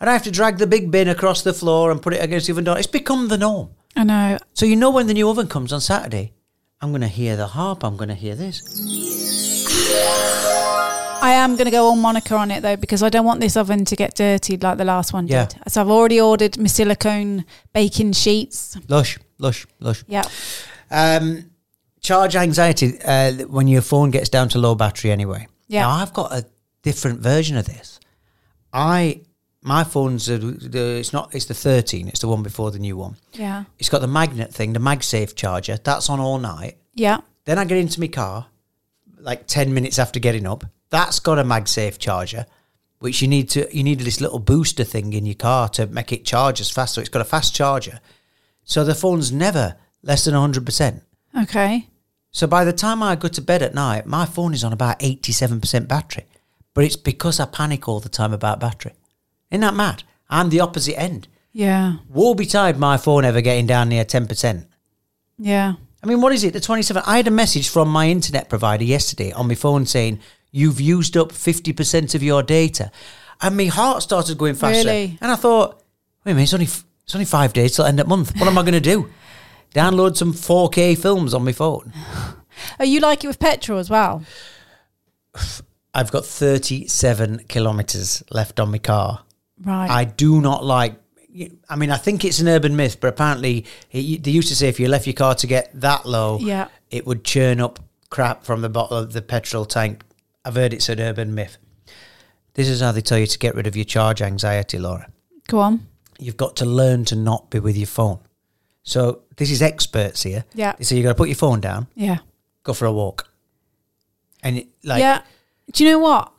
And I have to drag the big bin across the floor and put it against the oven door. It's become the norm.
I know.
So you know when the new oven comes on Saturday, I'm going to hear the harp. I'm going to hear this.
I am going to go all Monica on it though because I don't want this oven to get dirty like the last one
Yeah.
did. So I've already ordered my silicone baking sheets.
Lush, lush, lush.
Yeah.
Um, charge anxiety uh, when your phone gets down to low battery anyway.
Yeah.
Now I've got a different version of this. I my phone's uh the, it's not it's the 13. It's the one before the new one.
Yeah.
It's got the magnet thing, the MagSafe charger. That's on all night.
Yeah.
Then I get into my car, like ten minutes after getting up. That's got a MagSafe charger, which you need to you need this little booster thing in your car to make it charge as fast. So it's got a fast charger. So the phone's never less than hundred percent.
Okay.
So by the time I go to bed at night, my phone is on about eighty-seven percent battery. But it's because I panic all the time about battery. Isn't that mad? I'm the opposite end.
Yeah.
Woe betide my phone ever getting down near ten percent.
Yeah.
I mean, what is it? The 27th. I had a message from my internet provider yesterday on my phone saying, You've used up 50% of your data. And my heart started going faster.
Really?
And I thought, Wait a minute, it's only, f- it's only five days till end of month. What am I going to do? Download some 4K films on my phone.
Oh, you like it with petrol as well?
I've got 37 kilometres left on my car.
Right.
I do not like. I mean, I think it's an urban myth, but apparently it, they used to say if you left your car to get that low,
Yeah.
it would churn up crap from the bottom of the petrol tank. I've heard it's an urban myth. This is how they tell you to get rid of your charge anxiety, Laura.
go on.
You've got to learn to not be with your phone. So this is experts here.
Yeah.
So you got to put your phone down,
Yeah.
go for a walk, and it, like
yeah. Do you know what?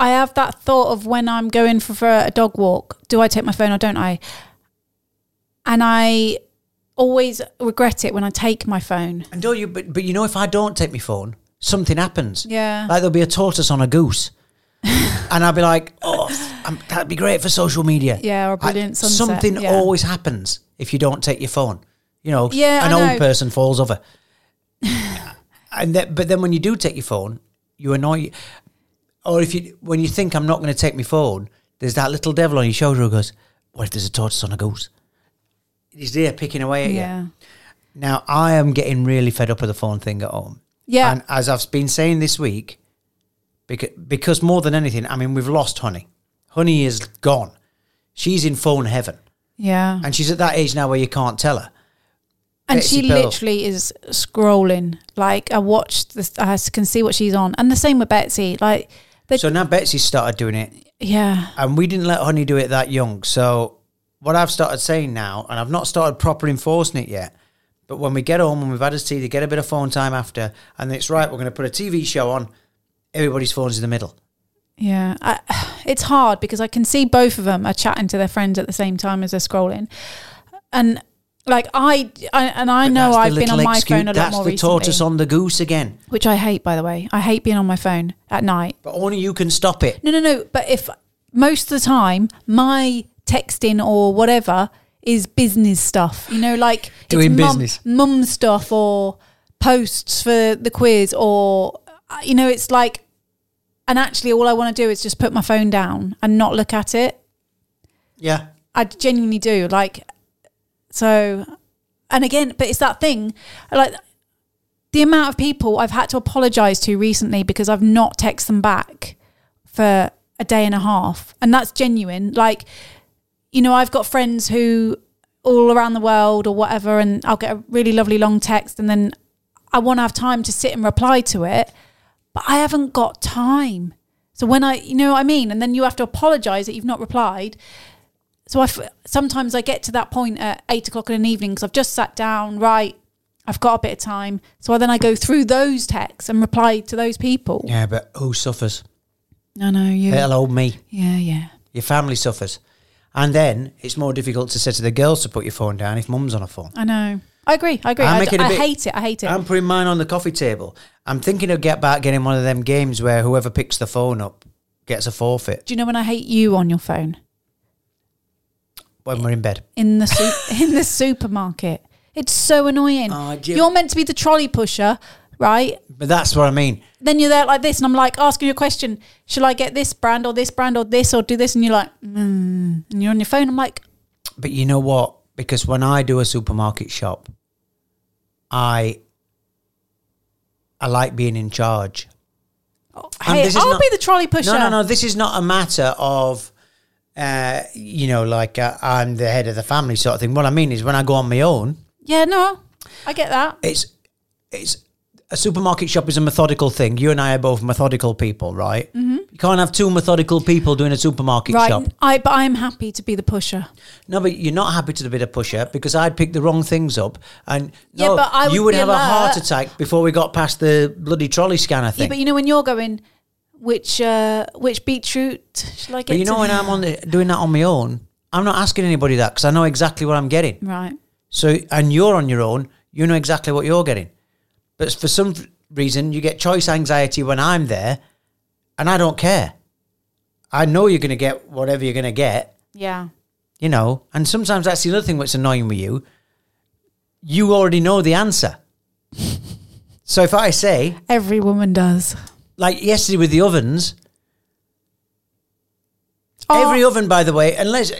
I have that thought of when I'm going for, for a dog walk, do I take my phone or don't I? And I always regret it when I take my phone.
And don't you? But, but you know, if I don't take my phone, something happens.
Yeah.
Like there'll be a tortoise on a goose, and I'll be like, "Oh, I'm, that'd be great for social media."
Yeah, or a brilliant sunset,
Something
yeah.
always happens if you don't take your phone. You know,
Yeah,
an
I
old
know.
person falls over. and that, but then when you do take your phone, you annoy. Or if you, when you think I'm not going to take my phone, there's that little devil on your shoulder who goes, "What if there's a tortoise on a goose?" He's there picking away at you.
yeah.
Now I am getting really fed up with the phone thing at home.
Yeah.
And as I've been saying this week, because because more than anything, I mean, we've lost Honey. Honey is gone. She's in phone heaven,
Yeah.
and she's at that age now where you can't tell her.
And
Betsy
she
Bell.
literally is scrolling. Like I watched this, I s- can see what she's on, and the same with Betsy. Like, they,
So now Betsy started doing it,
yeah,
and we didn't let Honey do it that young. So what I've started saying now, and I've not started proper enforcing it yet, but when we get home and we've had a tea, they get a bit of phone time after, and it's right. We're going to put a TV show on. Everybody's phone's in the middle.
yeah. I, it's hard because I can see both of them are chatting to their friends at the same time as they're scrolling, and like I, I and I
But
know
that's the
I've been
little
on my
excuse-
phone a lot
That's
more
the
recently,
tortoise on the goose again.
which I hate. By the way, I hate being on my phone at night.
But only you can stop it.
No, no, no. But if most of the time my texting or whatever is business stuff, you know, like
Doing
it's mum-
business.
mum, stuff or posts for the quiz or uh, you know, it's like. And actually, all I want to do is just put my phone down and not look at it.
Yeah.
I genuinely do. Like, so, and again, but it's that thing, like the amount of people I've had to apologize to recently because I've not texted them back for a day and a half. And that's genuine. Like, you know, I've got friends who all around the world or whatever, and I'll get a really lovely long text and then I want to have time to sit and reply to it, but I haven't got time. So when I, you know what I mean? And then you have to apologize that you've not replied so I f- sometimes I get to that point at eight o'clock in an evening because I've just sat down. Right, I've got a bit of time. So then I go through those texts and reply to those people.
Yeah, but who suffers?
No, no, you.
Little old me.
Yeah, yeah,
Your family suffers. And then it's more difficult to say to the girls to put your phone down if mum's on a phone.
I know. I agree. I agree.
I'm
I,
making a
I
bit-
hate it. I hate it.
I'm putting mine on the coffee table. I'm thinking of get back getting one of them games where whoever picks the phone up gets a forfeit
Do you know when I hate you on your phone
when we're in bed.
in the su- in the supermarket? It's so annoying.
Oh, do you-
You're meant to be the trolley pusher, right?
But that's what I mean.
Then you're there like this, and I'm like asking you a question: Shall I get this brand or this brand or this or do this? And you're like, mm. and you're on your phone. I'm like,
But you know what? Because when I do a supermarket shop, I I like being in charge. And
"Oh, Hey,
Um, this is
I'll
not-
be the trolley pusher.
No, no, no. This is not a matter of, uh, you know, like uh, I'm the head of the family sort of thing. What I mean is, when I go on my own,
Yeah, no, I get that.
it's it's a supermarket shop is a methodical thing. You and I are both methodical people, right? Mm-hmm. You can't have two methodical people doing a supermarket
Right,
shop.
I but I'm happy to be the pusher.
No, but you're not happy to be the pusher because I'd pick the wrong things up, and
Yeah,
no,
but I
you would
would be
have a heart
alert.
attack before we got past the bloody trolley scanner
Yeah,
thing.
but you know when you're going, which uh, which beetroot shall I get?
But you
to-
know, when I'm on the, doing that on my own, I'm not asking anybody that because I know exactly what I'm getting.
right,
So, and you're on your own, you know exactly what you're getting. But for some reason, you get choice anxiety when I'm there, and I don't care. I know you're going to get whatever you're going to get,
yeah,
you know. And sometimes that's the other thing that's annoying with you. You already know the answer. so if I say,
every woman does.
like yesterday with the ovens,
Oh,
every oven, by the way, unless,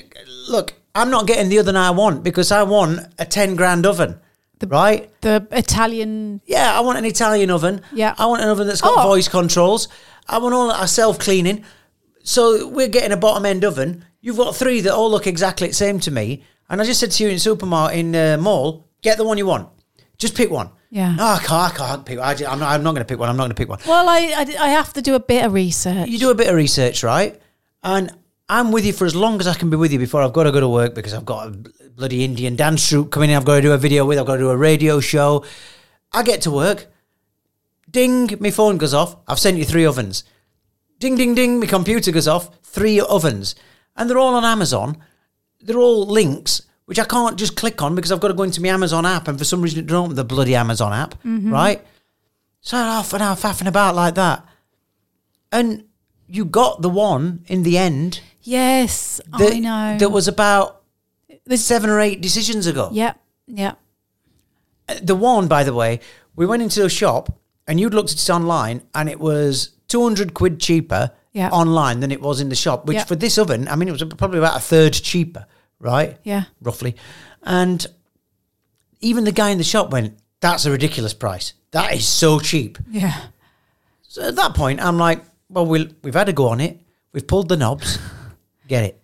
look, I'm not getting the oven I want because I want a 10 grand oven, right?
the Italian.
Yeah, I want an Italian oven.
Yeah.
I want an oven that's got
Oh.
voice controls. I want all that self cleaning. So we're getting a bottom end oven. You've got three that all look exactly the same to me. And I just said to you in supermarket in uh, mall, get the one you want. Just pick one.
Yeah.
No, I can't. I can't pick. I am not. I'm not going to pick one. I'm not going to pick one.
Well, I, I I have to do a bit of research.
You do a bit of research, right? And I'm with you for as long as I can be with you before I've got to go to work because I've got a bl- bloody Indian dance troupe coming in. I've got to do a video with. I've got to do a radio show. I get to work. Ding, my phone goes off. I've sent you three ovens. Ding, ding, ding, my computer goes off. Three ovens. And they're all on Amazon. They're all links, which I can't just click on because I've got to go into my Amazon app. And for some reason, it don't open the bloody Amazon app, right? So I'm off and off, faffing about like that. And you got the one in the end
yes,
that,
I know.
that was about
This-
seven or eight decisions ago.
Yep, yep.
The one, by the way, we went into a shop and you'd looked at it online and it was 200 quid cheaper
Yeah.
online than it was in the shop, which
Yeah.
for this oven, I mean, it was probably about a third cheaper, right?
Yeah.
Roughly. And even the guy in the shop went, that's a ridiculous price. That is so cheap.
Yeah.
So at that point, I'm like, well, we'll we've had a go on it. We've pulled the knobs. Get it.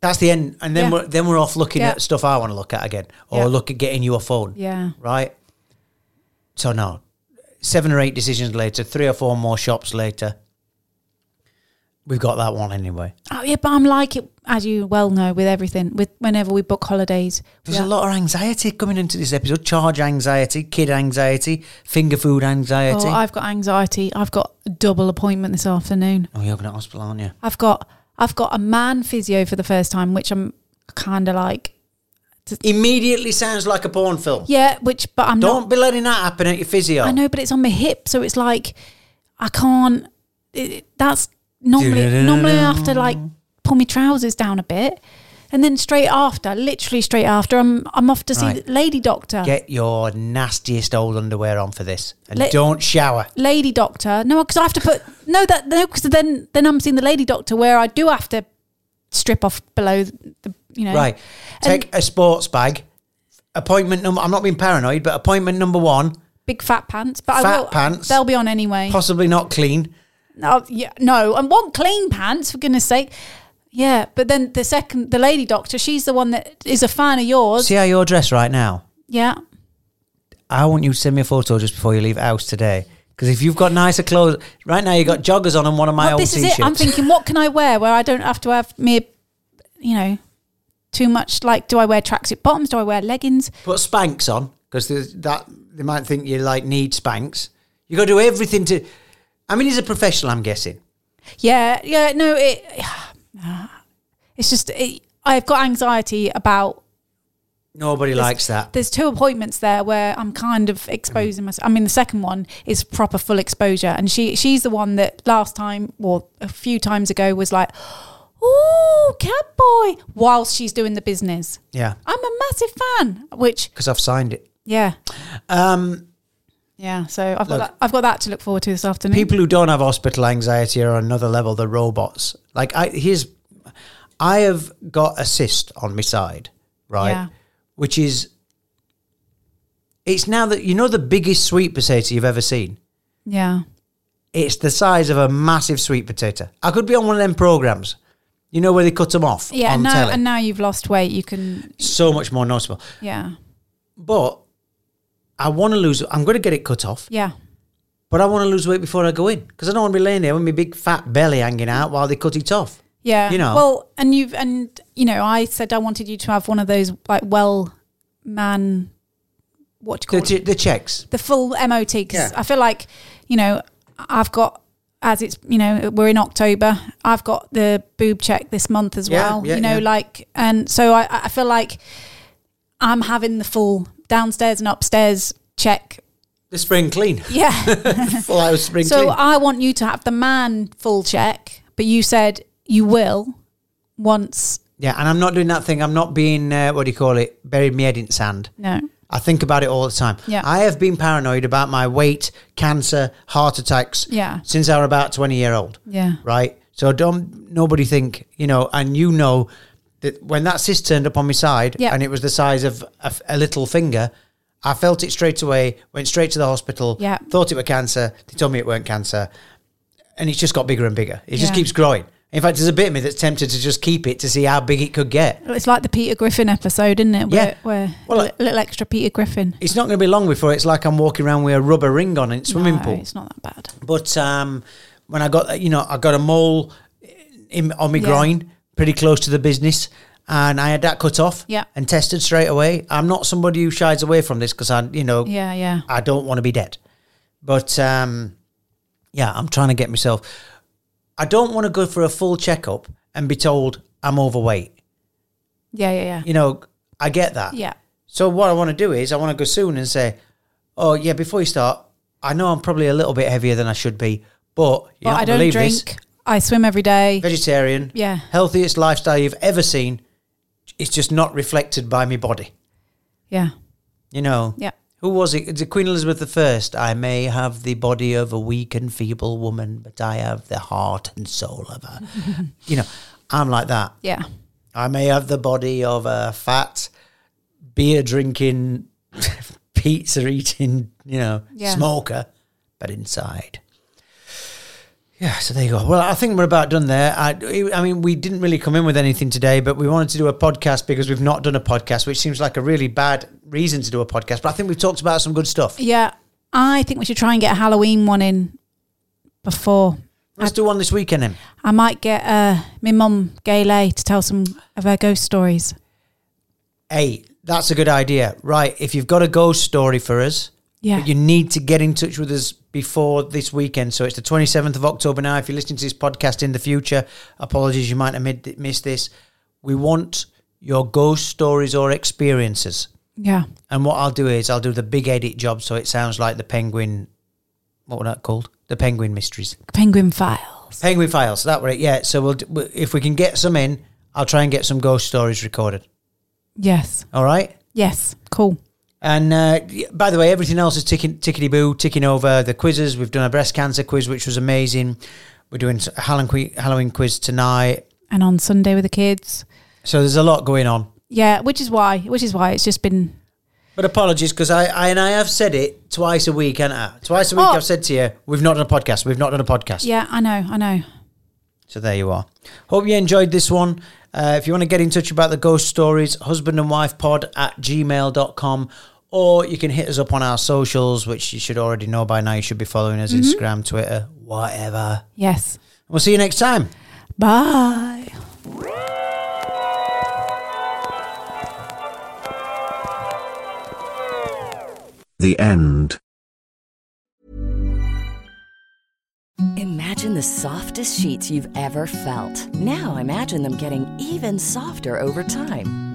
That's the end. And then
Yeah.
we're then we're off looking
Yeah.
at stuff I want to look at again, or
Yeah.
look at getting you a phone.
Yeah.
Right. So no, seven or eight decisions later, three or four more shops later, we've got that one anyway.
Oh yeah, but I'm like it as you well know with everything. With whenever we book holidays,
There's a lot of anxiety coming into this episode: charge anxiety, kid anxiety, finger food anxiety.
Oh,
Oh,
I've got anxiety. I've got a double appointment this afternoon.
Oh, you're going to hospital, aren't you?
I've got I've got a man physio for the first time, which I'm kind of like
Immediately sounds like a porn film.
yeah, which but I'm
Don't
not.
be letting that happen at your physio.
I know, but it's on my hip, so it's like I can't. It, it- that's normally normally I have to like pull my trousers down a bit, and then straight after, literally straight after, I'm I'm off to see
Right.
the lady doctor.
Get your nastiest old underwear on for this, and
Let-
don't shower.
lady doctor. No, because I have to put no that no because then then I'm seeing the lady doctor where I do have to strip off below the you know
Right,
And-
take a sports bag. Appointment number. I'm not being paranoid, but appointment number one.
big fat pants. But I
Fat
will,
pants.
They'll be on anyway.
Possibly not clean.
oh, yeah, no, and want clean pants for goodness sake. Yeah, but then the second the lady doctor, she's the one that is a fan of yours.
See how you're dressed right now.
Yeah.
I want you to send me a photo just before you leave house today. Because if you've got nicer clothes, right now you got joggers on and one of my
Well,
old
this
t-shirts.
is it. I'm thinking, what can I wear where I don't have to have me, you know, too much? Like, do I wear tracksuit bottoms? Do I wear leggings?
Put spanks on because that they might think you like need spanks. You got to do everything to. I mean, he's a professional. I'm guessing.
Yeah, yeah, no, it. It's just it, I've got anxiety about.
Nobody
there's-
likes that.
There's two appointments there where I'm kind
Mm-hmm.
of exposing myself. I mean, the second one is proper full exposure, and she she's the one that last time or a few times ago was like, "Ooh, cat boy," whilst she's doing the business.
yeah,
I'm a massive fan, which
because I've signed it.
yeah,
Um,
yeah. So I've
Look.
got that, I've got that to look forward to this afternoon.
people who don't have hospital anxiety are on another level. They're robots. Like I, here's, I have got a cyst on my side, right?
Yeah.
Which is, it's now that you know the biggest sweet potato you've ever seen.
yeah,
It's the size of a massive sweet potato. I could be on one of them programs, you know, where they cut them off.
yeah.
on
And now
telly.
and now you've lost weight, you can
so much more noticeable.
yeah,
But I want to lose. I'm going to get it cut off.
yeah,
But I want to lose weight before I go in because I don't want to be laying there with my big fat belly hanging out while they cut it off.
Yeah.
You know.
Well, and you've and you know, I said I wanted you to have one of those like well man what do you
The,
call it?
che- the checks.
The full MOT because
Yeah.
I feel like, you know, I've got as it's you know we're in October. I've got the boob check this month as
Yeah,
well.
yeah,
you know,
yeah.
like and so I, I feel like I'm having the full downstairs and upstairs check.
The spring clean.
Yeah.
Full house spring
So
clean.
I want you to have the man full check, but you said you will once.
yeah, and I'm not doing that thing. I'm not being, uh, what do you call it, buried my head in sand.
No.
I think about it all the time.
Yeah.
I have been paranoid about my weight, cancer, heart attacks
Yeah.
since I was about 20 year old.
Yeah.
Right? So don't nobody think, you know, and you know that when that cyst turned up on my side
Yeah.
and it was the size of a, f- a little finger, I felt it straight away, went straight to the hospital,
Yeah.
thought it were cancer. They told me it weren't cancer. And it's just got bigger and bigger. It just
Yeah.
keeps growing. In fact, there's a bit of me that's tempted to just keep it to see how big it could get.
It's like the Peter Griffin episode, isn't it?
Yeah.
Where, where
Well,
a li- little extra Peter Griffin.
It's not going to be long before it's like I'm walking around with a rubber ring on in a swimming
No,
pool.
It's not that bad.
But um, when I got, you know, I got a mole in, on my
Yeah.
groin, pretty close to the business, and I had that cut off
Yeah.
and tested straight away. I'm not somebody who shies away from this because I, you know,
Yeah, yeah.
I don't want to be dead. But um, yeah, I'm trying to get myself. I don't want to go for a full checkup and be told I'm overweight.
Yeah, yeah, yeah.
You know, I get that.
Yeah.
So what I want to do is I want to go soon and say, oh yeah, before you start, I know I'm probably a little bit heavier than I should be, but you
But
don't
I don't
believe
drink.
this.
I swim every day.
Vegetarian,
Yeah.
healthiest lifestyle you've ever seen. It's just not reflected by my body.
Yeah,
You know,
yeah.
Who was it? Is it Queen Elizabeth I? I may have the body of a weak and feeble woman, but I have the heart and soul of a. you know, I'm like that.
Yeah.
I may have the body of a fat, beer drinking, pizza eating, you know,
Yeah.
smoker, but inside. Yeah, so there you go. Well, I think we're about done there. I, I mean, we didn't really come in with anything today, but we wanted to do a podcast because we've not done a podcast, which seems like a really bad reason to do a podcast. But I think we've talked about some good stuff.
Yeah. I think we should try and get a Halloween one in before.
Let's do one this weekend then.
I might get uh, my mum, Gayle, to tell some of her ghost stories.
Hey, that's a good idea. Right. If you've got a ghost story for us,
Yeah.
But you need to get in touch with us before this weekend. So it's the 27th of October now. If you're listening to this podcast in the future, apologies, you might have mid- missed this. We want your ghost stories or experiences.
yeah.
And what I'll do is I'll do the big edit job so it sounds like the Penguin, what were that called? The Penguin Mysteries.
Penguin Files.
Penguin Files, that were it. Yeah. So we'll, d- w- if we can get some in, I'll try and get some ghost stories recorded.
Yes.
All right.
Yes. Cool.
And uh, y- by the way, everything else is ticking, tickety boo, ticking over. The quizzes, we've done a breast cancer quiz, which was amazing. We're doing s- Halloween, que- Halloween quiz tonight.
And on Sunday with the kids.
So there's a lot going on.
Yeah, which is why, which is why it's just been.
But apologies, because I, I and I have said it twice a week, and I? twice a week
Oh.
I've said to you, we've not done a podcast. We've not done a podcast.
Yeah, I know, I know.
So there you are. Hope you enjoyed this one. Uh, if you want to get in touch about the ghost stories, husband and wife pod at gmail.com, or you can hit us up on our socials, which you should already know by now. You should be following us Instagram, Twitter, whatever.
Yes.
We'll see you next time.
Bye.
The end.
Imagine the softest sheets you've ever felt. Now imagine them getting even softer over time.